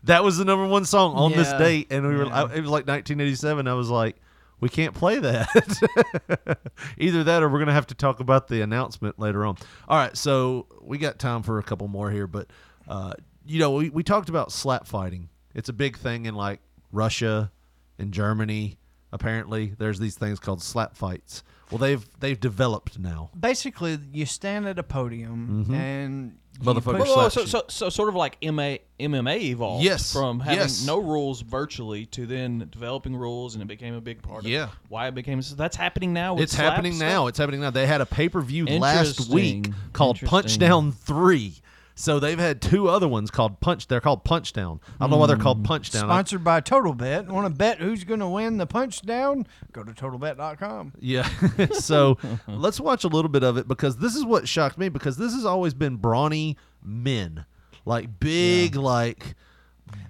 that was the number one song on this Yeah. date, and we were. Yeah. I, it was like 1987. I was like, we can't play that. <laughs> Either that, or we're gonna have to talk about the announcement later on. All right, so we got time for a couple more here, but uh, you know, we, we talked about slap fighting. It's a big thing in like Russia and Germany. Apparently, there's these things called slap fights. Well, they've they've developed now. Basically, you stand at a podium Mhm. and you Motherfucker put- Whoa, whoa, so, so, so sort of like MA, MMA evolved Yes, from having yes. no rules virtually to then developing rules, and it became a big part of Yeah. why it became. So that's happening now. With It's slap happening stuff? now. It's happening now. They had a pay per view last week Interesting. called Interesting. Punchdown Three. So they've had two other ones called Punch. They're called Punchdown. I don't know why they're called Punchdown. I- Sponsored by Total Bet. Want to bet who's going to win the punch down? Go to totalbet.com. Yeah. <laughs> so let's watch a little bit of it because this is what shocked me because this has always been brawny men, like big, like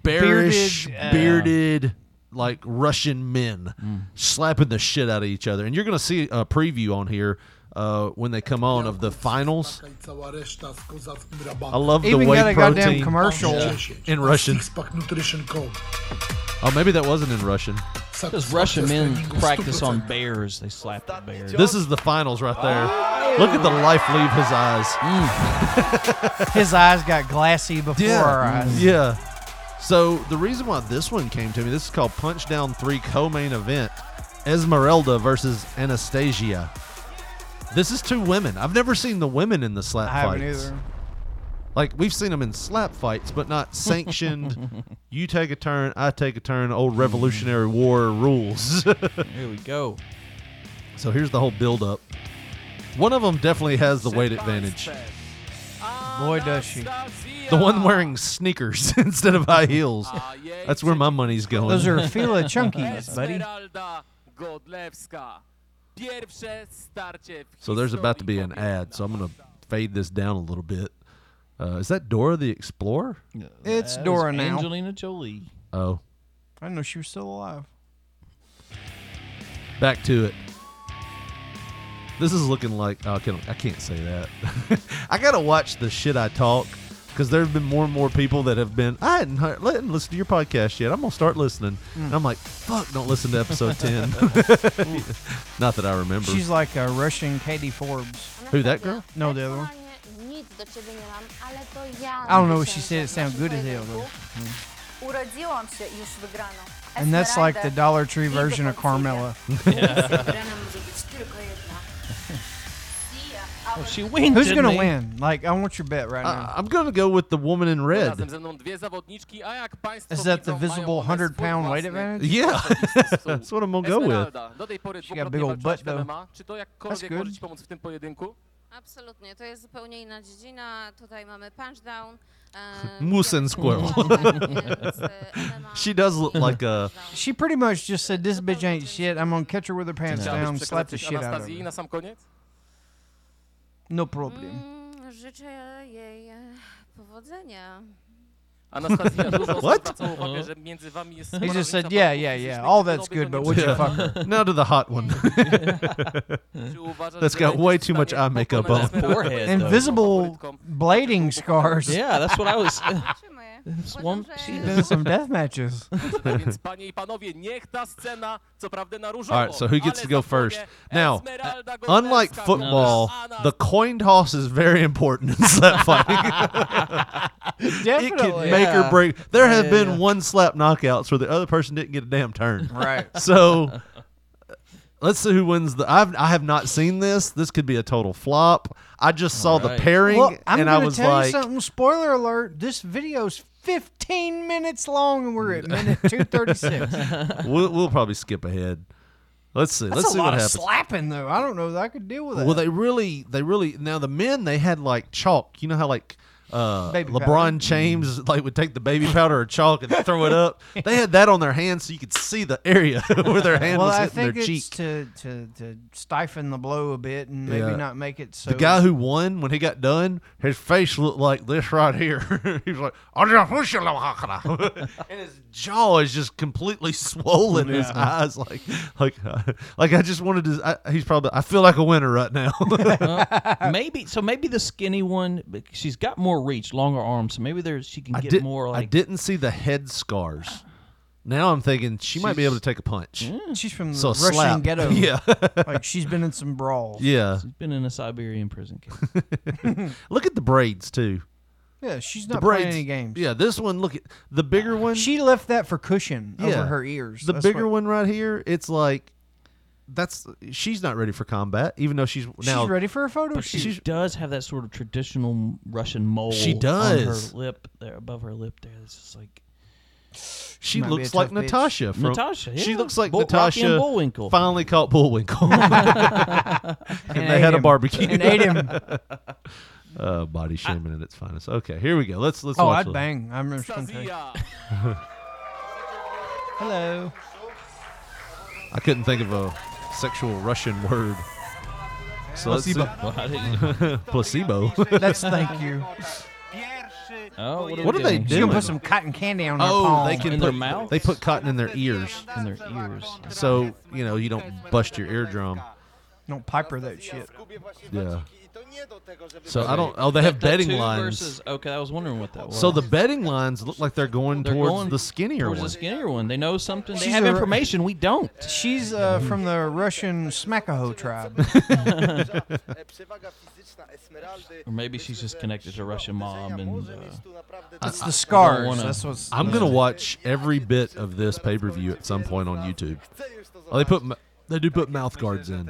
bearish, Bearded, uh, bearded, like Russian men slapping the shit out of each other. And you're going to see a preview on here uh, when they come on of the finals. I love the Even whey got a goddamn protein commercial. in Russian. Six-pack nutrition code. Oh, maybe that wasn't in Russian. Because Russian men practice on bears, they slap the bears. This is the finals right there. Look at the life leave his eyes. His eyes got glassy before our eyes. Yeah. So the reason why this one came to me, this is called Punchdown 3 co-main event, Esmeralda versus Anastasia. This is two women. I've never seen the women in the slap I haven't fights. either. Like we've seen them in slap fights, but not <laughs> sanctioned. you take a turn, I take a turn. Old Revolutionary War rules. <laughs> Here we go. so here's the whole build up. One of them definitely has the weight advantage. Boy, does she. The one wearing sneakers <laughs> instead of high heels. That's where my money's going. Those are Fila <laughs> Chunkies, buddy. So there's about to be an ad, so I'm going to fade this down a little bit. Uh, is that Dora the Explorer? It's That is Dora now. Angelina Jolie. Oh, I didn't know she was still alive. back to it. This is looking like oh, I can't. I can't say that. <laughs> I gotta watch the shit I talk because there have been more and more people that have been. I hadn't heard, I hadn't listened to your podcast yet. I'm gonna start listening. And I'm like, fuck, don't listen to episode ten. <laughs> Not that I remember. She's like a Russian Katie Forbes. Who that girl? No, the other one. Nic do ciebie nie mam, ale to ja. I don't know what she said. It sounded good as hell, though. Urodziłam się już wygrano. And that's like the Esmeralda Dollar Tree i version of Deportiva. Carmella. Północy wygrana może być tylko jedna. Sia, a she wins. Who's gonna didn't he? win? Like, I want your bet right now. I'm gonna go with the woman in red. <laughs> Razem ze mną dwie zawodniczki, a jak państwo Is that the widzą, mają visible one hundred swój pound weight własny advantage? Yeah, <laughs> that's what I'm gonna go with. Esmeralda, do tej pory She got a dwukrotnie big old walczyłaś butt, w though. MMA. Czy to jakkolwiek That's good. może ci pomóc w tym pojedynku? Absolutnie, to jest zupełnie inna dziedzina. Tutaj mamy punch down. e, Moosin squirrel. <laughs> she does look like a. She pretty much just said, "This bitch ain't shit. I'm gonna catch her with her pants Chciałabyś down, slap the przekroczyć shit out of her. Anastazji na sam koniec? No problem." Mm, Życzę jej e, powodzenia. Anastazja dużo osób What? zwraca uwagę, że między wami jest He spora just said, różnica "Yeah, wokół yeah, yeah. fizycznych, All które that's good, but obie would you Yeah. <laughs> fuck her?" Now to the hot one. that's got way too much eye makeup on. Uh, Forehead, though. Invisible blading scars. Yeah, that's what I was. uh, <laughs> This one- She's been in <laughs> some death <laughs> matches. kończą. Więc panie i panowie, niech ta scena, co prawda na różowo, All right, so who gets ale to go zapłonie first? Now, Esmeralda unlike Górnewska football, the coin toss is very important in <laughs> slap fighting. it Definitely. can <laughs> make or Yeah. break. There have Yeah, been yeah. one slap knockouts where the other person didn't get a damn turn. Right. So let's see who wins the. I've I have not seen this. This could be a total flop. I just saw the Alright. pairing Well, I'm and I gonna was tell you like, something. Spoiler alert: This video's 15 minutes long, and we're Mm. at minute <laughs> 236. we'll, we'll probably skip ahead. Let's see. That's let's a see lot what of happens. slapping, though. I don't know that I could deal with that. Well, they really, they really. Now the men, they had like chalk. You know how like uh, Baby LeBron powder. James <laughs> like would take the baby powder or chalk and throw it <laughs> up. They had that on their hands, so you could see the area <laughs> where their hand well, was I hitting think their cheek. it's to, to to stifle the blow a bit and maybe Yeah. not make it so. The guy who won, when he got done, his face looked like this right here. <laughs> he was like, "I just wish you lo- ha- ha- ha." <laughs> and his jaw is just completely <laughs> swollen. His Yeah. eyes like, like, uh, like I just wanted to. I, he's probably. I feel like a winner right now. <laughs> Well, maybe so. Maybe the skinny one, but she's got more reach, longer arms. So maybe there's she can I get did- more I like. didn't see the head scars. Now I'm thinking she might be able to take a punch. she's from the So a Russian slap. <laughs> ghetto. Yeah. like she's been in some brawls. Yeah. She's been in a Siberian prison camp. <laughs> Look at the braids too. Yeah, she's The not playing braids- any games. Yeah, this one. Look at the bigger one. She left that for cushion over her ears. The That's bigger what- one right here. It's like that's she's not ready for combat, even though she's now she's ready for a photo But shoot. she does have that sort of traditional Russian mole. She does. On her lip there, above her lip there. It's just like She Might be looks a like tough bitch. Natasha. From, Natasha, She yeah. looks like Bull- Rocky and Natasha. Bullwinkle. Finally caught Bullwinkle. <laughs> and And they ate had a him. barbecue And ate <laughs> him. uh, body shaming at its finest. Okay, here we go. Let's let's. oh, watch I'd this. bang. I'm just gonna tell you. Hello. I couldn't think of a sexual Russian word. So let's see. <laughs> Placebo. I didn't- placebo. That's thank you. Oh, what are, What we are they doing? She's gonna doing? put some cotton candy on her Oh, palm. they can In put, their mouth? They put cotton in their ears. in their <laughs> ears? So you know you don't bust your eardrum. Don't piper that shit. Yeah. So I don't. Oh, they have The- the betting two lines. versus- okay, I was wondering what that was. So the betting lines look like they're going They're towards going the skinnier towards one. the skinnier one. They know something. They She's have a- information we don't. She's uh, from the Russian Smackahoe tribe. Or maybe she's just connected to Russian mob and. Uh, That's I- I the scars. don't wanna- That's what's. I'm gonna watch every bit of this pay per view at some point on YouTube. Oh, they put m- they do put mouth guards in.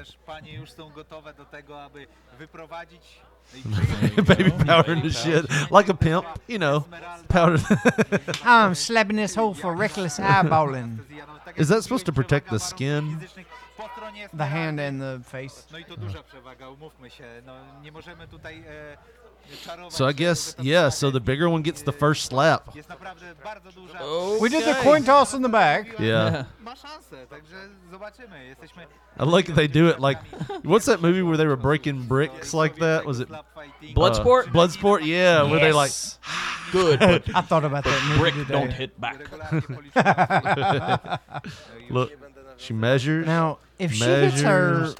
<laughs> <laughs> Baby powder and shit, like a pimp, you know. Powder. I'm slapping this hole for reckless eyeballing. Is that supposed to protect the skin? The hand and the face. e, So I guess yeah. So the bigger one gets the first Oh. slap. We did the coin toss in the back. <laughs> Yeah. I like that they do it like, what's that movie where they were breaking bricks like that? Was it Bloodsport? Uh, Bloodsport, yeah. Where they like, Yes. Good. But I thought about that movie brick today. don't hit back. <laughs> look, she measures. Now, if she hits her, measures.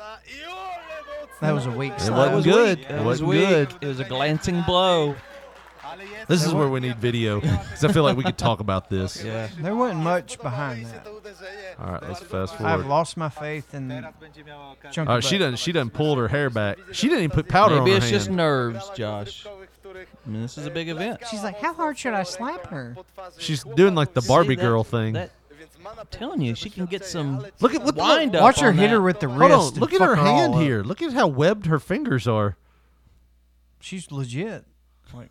that was a weak It slap. wasn't good. It It was wasn't weak. good. It was a glancing blow. This is where we need <laughs> video because I feel like we could talk about this. <laughs> Yeah. There wasn't much behind that. All right, let's fast I've forward. lost my faith in. Chunky All right, she butt. done she done pulled her hair back. She didn't even put powder Maybe on her it's just hand. nerves, Josh. Mm. I mean, this is a big event. She's like, how hard should I slap her? She's doing like the Barbie that- girl thing. that- I'm telling you, she can get some. look at what the wind up Watch her on hit her that. with the wrist. Hold on, and look at fuck her hand all up. here. Look at how webbed her fingers are. She's legit. Like,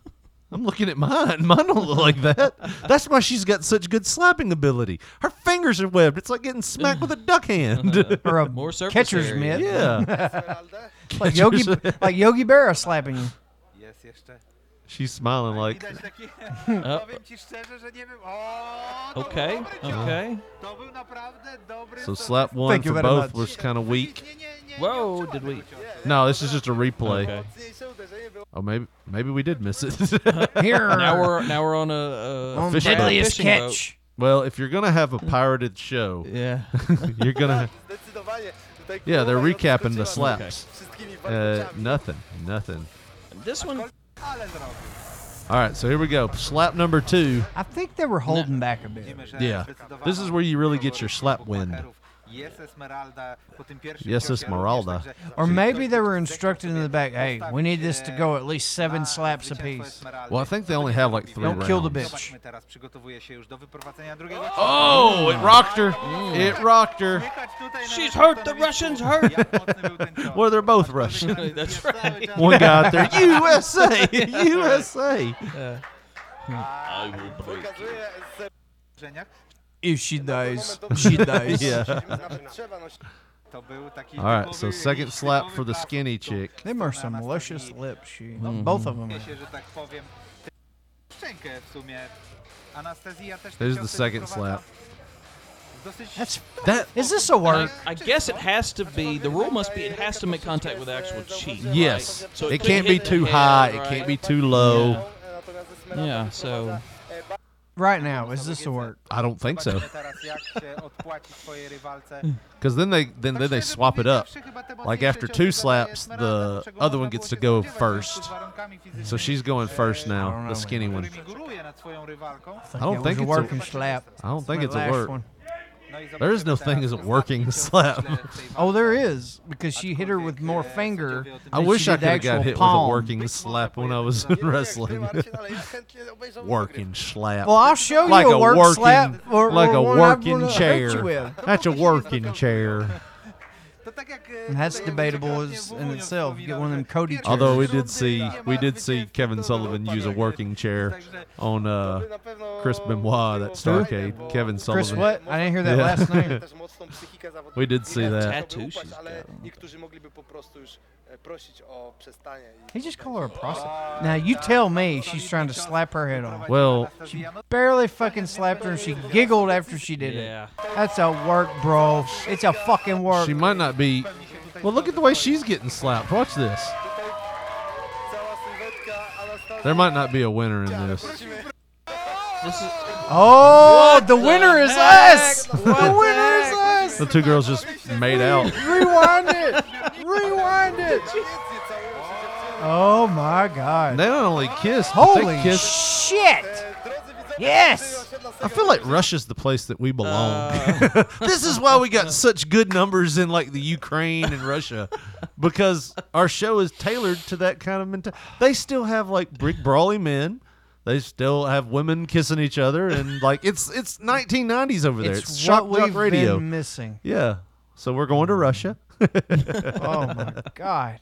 I'm looking at mine. <laughs> Mine don't look like that. That's why she's got such good slapping ability. Her fingers are webbed. It's like getting smacked with a duck <laughs> hand or a catcher's mitt. <laughs> like Yogi, like Yogi Berra slapping you. Jest jeszcze. She's smiling like. Widać <laughs> taki. Oh. Powiem ci szczerze, że nie wiem. O, to Okay, był dobry cios. okay. To był naprawdę dobry So cios. slap one Thank you for very both much. was kind of weak. Whoa, did we? No, this is just a replay. Okay. Oh, maybe maybe we did miss it. <laughs> Now we're now we're on a, a A fishing boat. boat. Fishing boat. Well, if you're gonna have a pirated <laughs> show, yeah, you're gonna. Zdecydowanie. Tutaj Yeah, they're głowa recapping the rozskoczyła nad slaps. Wszystkimi Uh, wartościami. nothing, nothing. This one. Ale zrobił. All right, so here we go. Slap number two. I think they were holding back a bit. Yeah, this is where you really get your slap win. Jest Esmeralda po tym pierwszym Yes, ciosie Esmeralda. Or maybe they were instructed in the back, hey, we need this to go at least seven slaps apiece. Well, I think they only have like three. Don't kill the rounds. bitch. Zobaczmy teraz, przygotowuje się już do wyprowadzenia drugiego ciosu. Oh, it rocked her. It rocked her. Oh, She's hurt. The Russians hurt. Well, they're both Russian. That's right. One guy out <laughs> there, <laughs> USA, USA. Yeah. I will break Pokazuje z wrażeniach. If she dies, she dies. Yeah. To był taki All right, typowy so second slap for the skinny chick. Them are some luscious lips. She, Mhm. Both of them. Wie się, że tak powiem, szczękę w sumie. Anastazja też te There's the ciosy second wyprowadza slap. w dosyć That is this a work? I guess it has to be. The rule must be it has to make contact with the actual cheek. right? Yes. So It if can't they be hit the too head, high. It right? can't be too low. Yeah. Yeah, So e, Right now, is this a work? I don't think so. teraz jak się odpłaci swojej rywalce. Hmm. Because then they then, then they swap it up. Like after two slaps, the other one gets to go first. So she's E, going first now, the skinny one. I don't think it's a working a, slap. I don't think My it's a last work. one. There is no thing as a working slap. <laughs> Oh, there is because she hit her with more finger. I than she wish I did could have got actual hit with a palm. working slap when I was <laughs> in <laughs> wrestling. working slap. Well, I'll show you like a work working, slap or- like or a one I'm working gonna hurt you chair. with. That's a working chair. uh, And that's debatable as, in itself. You get one of them Cody. chairs. Although we did see we did see Kevin Sullivan use a working chair on uh, Chris Benoit that Starcade. Kevin Sullivan. Chris what? I didn't hear that <laughs> last name. we did see that. tattoo she's Ale niektórzy mogliby po prostu już e, prosić o przestanie. He just called her a prostitute. Now you tell me she's trying to slap her head off. Well, She barely fucking slapped her and she giggled after she did Yeah. it. That's a work, bro. It's a fucking work. she might not be. Well, look at the way she's getting slapped. Watch this. There might not be a winner in this. this is Oh, What the the winner is heck? us. The What winner is <laughs> us. The two girls just made out. Rewind it. Rewind <laughs> it. Oh my God. They not only kissed, but Holy they kissed. shit. Yes. I feel like Russia's the place that we belong. Uh. <laughs> this is why we got such good numbers in like the Ukraine and Russia, because our show is tailored to that kind of mentality. They still have like brick brawly men. They still have women kissing each other, and like it's it's 1990s over there. It's, It's shock what jock we've radio. been missing. Yeah, so we're going to Russia. <laughs> Oh my God.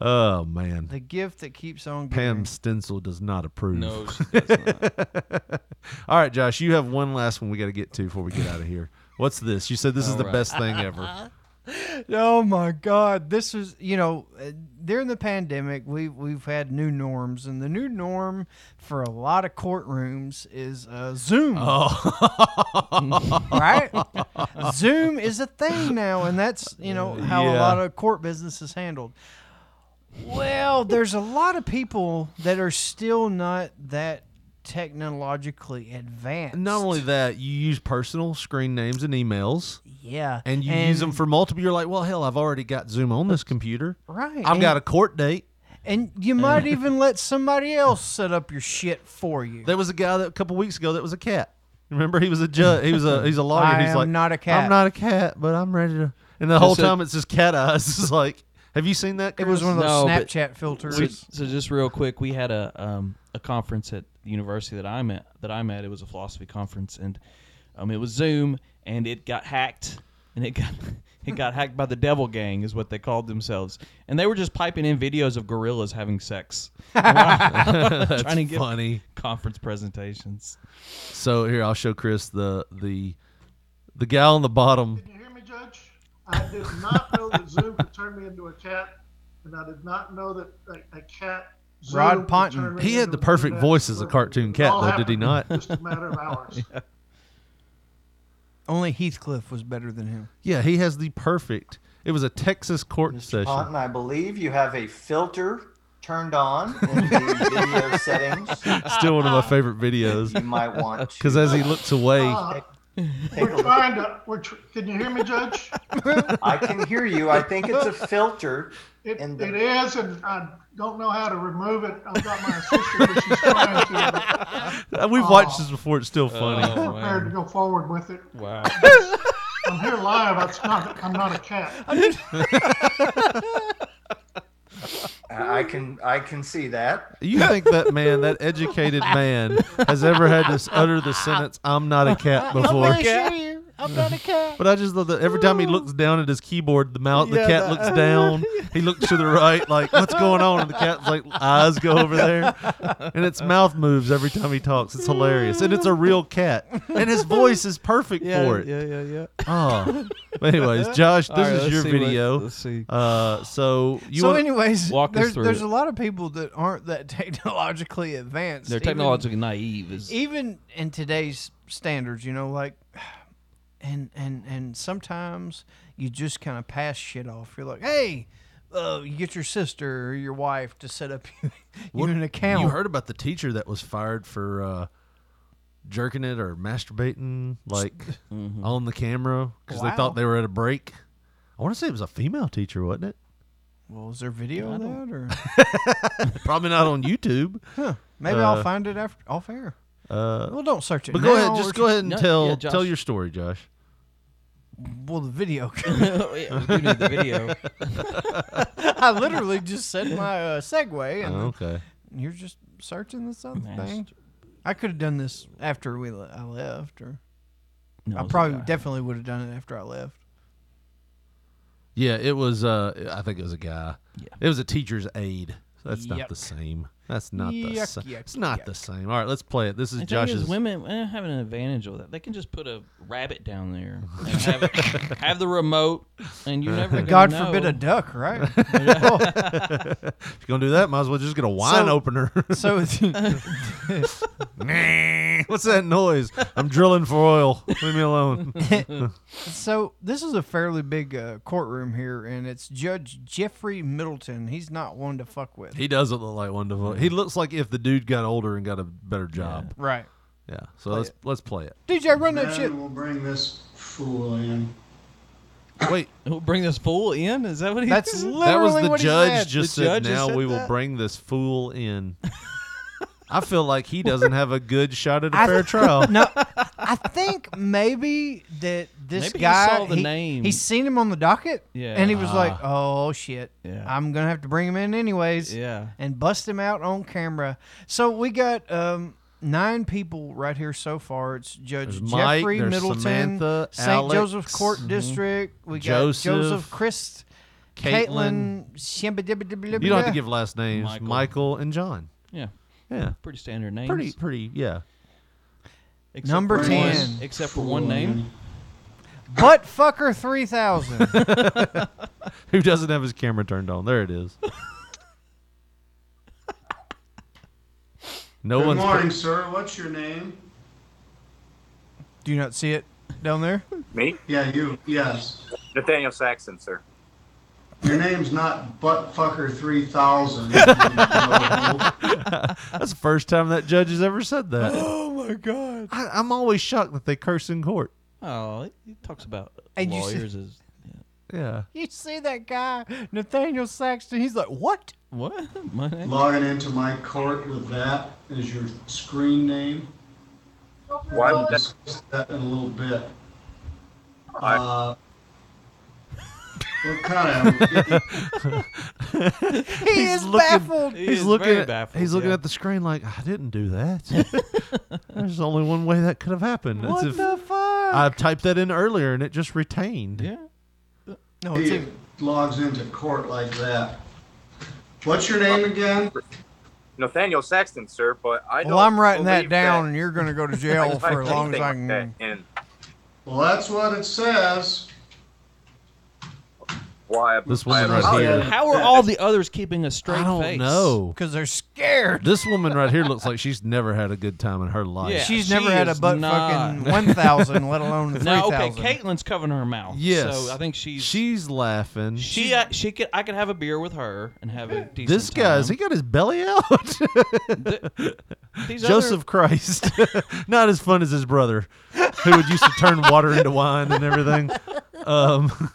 Oh man. The gift that keeps on giving. Pam Stencil does not approve. No, she <laughs> does not. All right, Josh, you have one last one we got to get to before we get out of here. What's this? You said this is All the right. best thing <laughs> ever. oh my god this was you know uh, during the pandemic we we've had new norms and the new norm for a lot of courtrooms is uh, zoom Oh. <laughs> right zoom is a thing now and that's you know how a Uh, Yeah. lot of court business is handled well there's a lot of people that are still not that technologically advanced Not only that, you use personal screen names and emails, yeah and you use them for multiple. You're like, well, hell, I've already got Zoom on this computer. Right, I've and- got a court date. and you might even let somebody else set up your shit for you There was a guy that a couple weeks ago that was a cat. Remember, he was a judge. He was a he's a lawyer. <laughs> I he's am like, not a cat. I'm not a cat, but I'm ready to. And the So- whole so- time, it's just cat eyes. <laughs> It's like, have you seen that? It was Chris? one of those No, but- Snapchat filters. So, so just real quick, we had a um, a conference at the university that I'm at. That I'm at. It was a philosophy conference, and um, it was Zoom, and it got hacked, and it got <laughs> it got hacked by the Devil Gang, is what they called themselves, and they were just piping in videos of gorillas having sex, <laughs> That's trying to get funny. conference presentations. So here I'll show Chris the the the gal on the bottom. I did not know that Zoom could turn me into a cat, and I did not know that a, a cat. Zoom could Rod turn Ponton. me He had into the a perfect cat. voice as a cartoon It cat, all though, did he happened not? in Just a matter of <laughs> hours. Only Heathcliff was better than him. Yeah, he has the perfect. It was a Texas court session. Ponton, I believe you have a filter turned on in <laughs> the video settings. Still one of my favorite videos. You might <laughs> want to- because as he <laughs> looks away, Uh, we're trying to. We're tr- can you hear me, Judge? I can hear you. I think it's a filter. It, in the- it is, and I don't know how to remove it. I've got my sister, but she's trying to. but- we've Oh, watched this before. It's still funny. Oh. I'm prepared to go forward with it. Wow. I'm here live. I'm not, I'm not a cat. I I can I can see that. You think that man, that educated man, has ever had to utter the sentence "I'm not a cat" before? you, I'm not a cat. But I just love that every time Oh. he looks down at his keyboard, the mouth, the Yeah, cat the- <laughs> looks down. He looks to the right, like what's going on, and the cat's like eyes go over there, and its mouth moves every time he talks. It's hilarious, and it's a real cat, and his voice is perfect Yeah, for it. yeah, yeah, yeah. Oh, but anyways, Josh, this All right, is let's your see what- video. let's see. Uh, so you so, wanna- anyways, there's, there's a lot of people that aren't that <laughs> technologically advanced. They're even- technologically naive <laughs> is- even in today's standards. You know, like, <sighs> and and and sometimes you just kind of pass shit off. You're like, hey, uh, you get your sister or your wife to set up <laughs> you, What- an account. You heard about the teacher that was fired for uh, jerking it or masturbating, like Mm-hmm. on the camera because they Wow. thought they were at a break. I want to say it was a female teacher, wasn't <laughs> it? Well, is there video of that or Probably not on <laughs> YouTube. Huh. maybe Uh, I'll find it after off air. Uh, Well, don't search it But go now, ahead, or just go ahead and no, tell yeah, Josh. tell your story, Josh. Well, the video. <laughs> Oh, yeah, we do need the video. I literally just said my uh, segue. And Oh, okay. You're just searching this other thing. I could have done this after we le- I left, or No, it I was probably okay. definitely would have done it after I <laughs> left. Yeah, it was. Uh, I think it was a guy. Yeah. It was a teacher's aide. So that's not the Yuck. same. That's not the Yuck, same. yuck, It's not the same. All right, let's play it. This The is thing Josh's. is, women eh, have an advantage with that. They can just put a rabbit down there, and have, have the remote, and you <laughs> never. gonna God forbid know. a duck, <laughs> right? if you're gonna do that, might as well just get a wine So- opener. <laughs> so <laughs> it's- what's that noise? I'm drilling for oil. Leave me alone. so this is a fairly big uh, courtroom here, and it's Judge Jeffrey Middleton. He's not one to fuck <laughs> with. he doesn't look like one to vote. He looks like if the dude got older and got a better job. Right. Yeah. So Play let's it. let's play it. DJ, run that Then shit. We'll bring this fool in. <laughs> Wait, We'll bring this fool in. Is that what he? <laughs> That's said? literally That was the what he judge said. just The said. judge just now said we will that? bring this fool <laughs> in. I feel like he doesn't have a good shot at a I- fair trial. <laughs> No, I think maybe that this Maybe he guy saw the name. He's seen him on the docket. Yeah. And he was Ah. like, "Oh shit, I'm gonna have to bring him in anyways." Yeah. And bust him out on camera. So we got um, nine people right here so far. It's Judge There's Mike, Jeffrey there's Middleton, Samantha, St. Alex. Joseph Court Mm-hmm. Mhm. District. We Joseph, got Joseph Christ, Caitlin. Caitlin. Shimbidibidibidibida. You don't have to give last names. Michael, Michael. and John. Yeah. Yeah. Pretty standard names. Pretty, pretty, yeah. Except Number for 10. One, except for one name. butt fucker three <laughs> thousand. Who doesn't have his camera turned on? There it is. No Good one's. morning, sir. What's your name? Do you not see it down <laughs> there? Me? Yeah, you. Yes. Nathaniel Saxon, sir. Your name's not Buttfucker Three Thousand. That's That's the first time that judge has ever said that. <gasps> my god. I, I'm always shocked that they curse in court. Oh, he talks about And you lawyers said- as Yeah. You see <laughs> that guy, Nathaniel Saxton? He's like, what? What? <laughs> Logging into my court with that as your screen name. Why We'll would that- discuss that in a little bit. I- Uh, what kind of? He He's is looking- baffled. He's looking. at, he's looking at the screen like I didn't do that. There's only one way that could have happened. That's What if the fuck? I typed that in earlier and it just retained. Yeah. No, he logs into court like that. What's your name again? Nathaniel Saxton, sir, but I don't. Well, I'm writing that believe down, and you're going to go to jail I for as typed long as anything I like can. that, and Well, that's what it says. why I- This why I woman right believe here. that. How are all the others keeping a straight I don't face? know. Because they're scared. This woman right here looks like she's never had a good time in her life. Yeah, She's she never had a is butt not. <laughs> fucking 1,000, let alone No, 3,000. okay. Caitlin's covering her mouth. Yes. So I think she's she's laughing. she uh, she could I could have a beer with her and have a decent this guy's time. he got his belly out. these Joseph other- Christ, <laughs> not as fun as his brother, who would used to turn water into wine and everything. Um,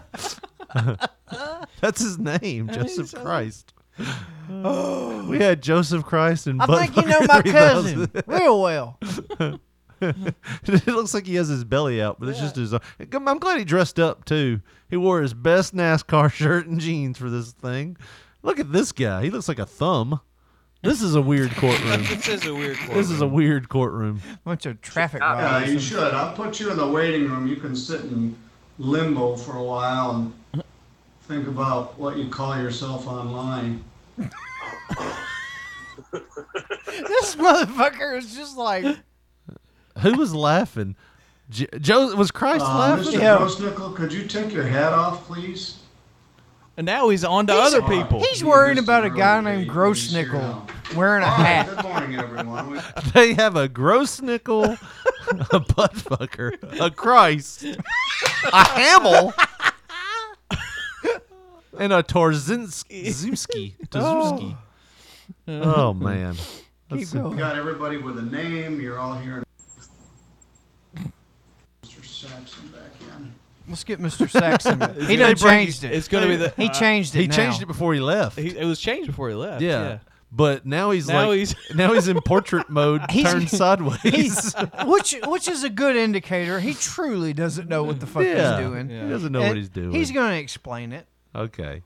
<laughs> that's his name, Joseph Christ. <gasps> we had Joseph Christ and I Butt think you know Fucker my 3000. cousin real well. <laughs> it looks like he has his belly out, but it's just his. I'm glad he dressed up too. He wore his best NASCAR <laughs> shirt and jeans for this thing. Look at this guy. He looks like a thumb. This is a weird courtroom. This is a weird courtroom. This is a weird courtroom. Bunch of traffic Yeah, violation. you should. I'll put you in the waiting room. You can sit in limbo for a while and think about what you call yourself online. this motherfucker is just like, Who was laughing? J- Joe was Christ Uh, laughing. Mr. Grossnickel, could you take your hat off, please? and now he's on to other people. he's worried about a guy named Grossnickel wearing a All right, hat. <laughs> good morning, everyone. We- They have a gross nickel, a butt fucker, a Christ, a Hamill, and a Torzinski. Zimski. Torzinski. Oh, man. That's- We got everybody with a name. You're all here. Mr. Saxon back in. Let's get Mr. Saxon. he They done bring- changed it. It's gonna be the uh, uh, He changed it. He changed it before he left. He, it was changed before he left. <laughs> yeah. But now he's Now like he's- <laughs> now he's in <laughs> portrait mode, He's- turned sideways. He's, <laughs> which which is a good indicator. He truly doesn't know what the fuck Yeah, he's doing. he doesn't know And what he's doing. He's gonna explain it. okay.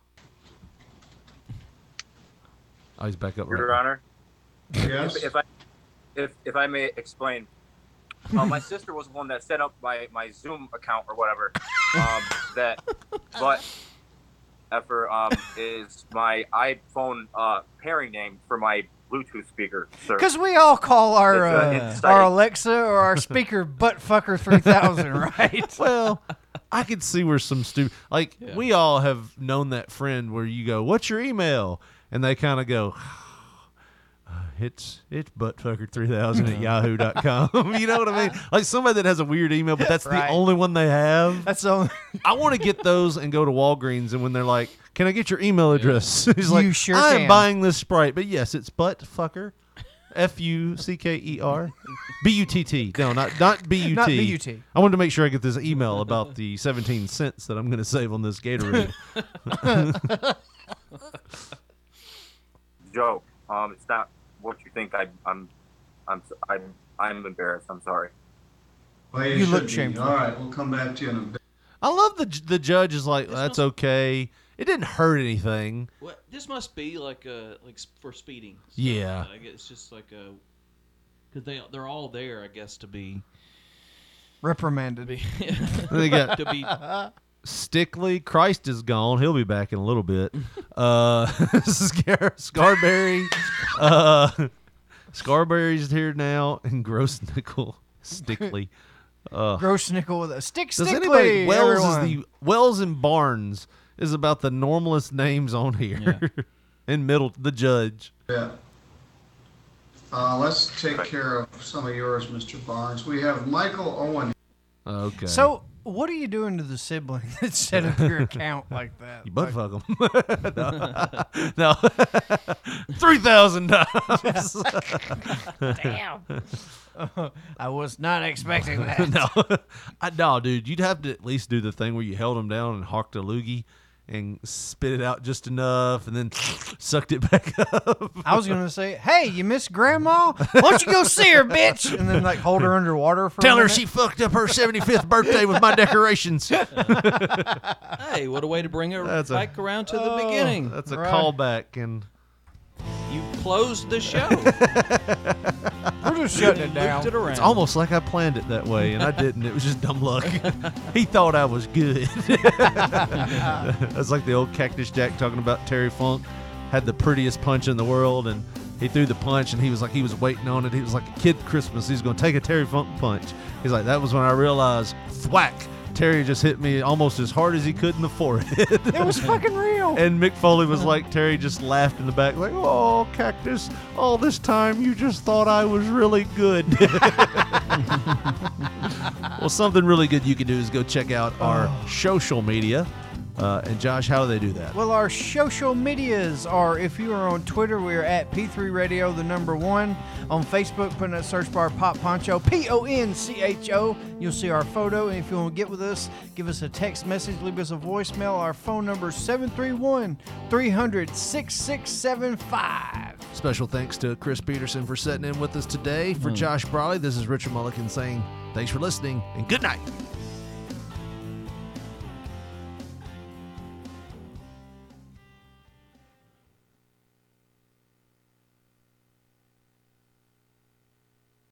Oh, he's back up. Your right. Honor, Yes. if, if I if if I may explain, uh, my sister was the one that set up my my Zoom account or whatever. Um, that, but effer um, is my iPhone uh, pairing name for my Bluetooth speaker, sir. Because we all call our It's, uh, uh, it's our like- Alexa or our speaker buttfucker three thousand, <laughs> right? well, I could see where some stupid like we all have known that friend where you go, "What's your email?" and they kind of go, <sighs> "It's it's buttfucker3000 at <laughs> yahoo.com." <laughs> you know what I mean? Like somebody that has a weird email, <laughs> but that's Right. the only one they have. That's the only. I want to get those and go to Walgreens, and when they're like, "Can I get your email address?" <laughs> He's like, You sure "I am can." buying this Sprite, but yes, it's buttfucker." F U C K E R, B U T T. No, not <laughs> not B U T. Not B-U-T. I wanted to make sure I get this email about the 17 cents that I'm going to save on this <laughs> Gatorade. joke. Um, it's not what you think. I, I'm, I'm, I'm, I'm embarrassed. I'm sorry. Well, You should look be. shameful. All right, we'll come back to you in a bit. I love the the judge is like, "That's okay. It didn't hurt anything." What this must be like uh like s- for speeding. Stuff Yeah. like that. I guess it's just like a because they they're all there I guess to <laughs> be reprimanded. They <laughs> got- to be Stickley, Christ is gone. He'll be back in a little bit. Uh, <laughs> Scar- Scarberry, uh, Scarberry's here now, and Gross Nickel, Stickley. Uh, Gross nickel with a stick. does stickly, anybody Wells everyone. is the Wells and Barnes is about the normalest names on here, <laughs> and Middle the judge. Yeah. Uh, let's take care of some of yours, Mr. Barnes. We have Michael Owen. Okay, So, what are you doing to the sibling that set <laughs> up your account like that? you butt Like, fuck him. <laughs> no, <laughs> three thousand <laughs> times. Damn. I was <laughs> not expecting that. no, I, no, dude, you'd have to at least do the thing where you held him down and hawked a loogie and spit it out just enough, and then <sniffs> sucked it back up. I was gonna say, "Hey, you miss Grandma? Why don't you go see her, bitch?" And then like hold her underwater for. Tell a her minute. she fucked up her seventy fifth birthday with <laughs> my decorations. hey what a way to bring her That's a- Oh, back around to the beginning. That's a Right. callback, and You closed the show. We're just shutting it down. <laughs> Looped it around. It's almost like I planned it that way, and I didn't. It was just dumb luck. <laughs> he thought I was good. <laughs> That's like the old Cactus Jack talking about Terry Funk had the prettiest punch in the world, and he threw the punch, and he was like he was waiting on it. He was like a kid Christmas. He's gonna take a Terry Funk punch. He's like that was when I realized thwack. Terry just hit me almost as hard as he could in the forehead. <laughs> It was fucking real. And Mick Foley was like, Terry just laughed in the back, like, oh, Cactus, all this time you just thought I was really good. <laughs> well, something really good you can do is go check out our social media. Uh, and Josh, how do they do that? Well, our social medias are if you are on Twitter, we are at P3 Radio, the number one. On Facebook, put in that search bar Pop Poncho, P O N C H O. You'll see our photo. And if you want to get with us, give us a text message, leave us a voicemail. Our phone number is 731 300 6675. Special thanks to Chris Peterson for sitting in with us today. For Hmm. Josh Brawley, this is Richard Mulligan saying thanks for listening and good night.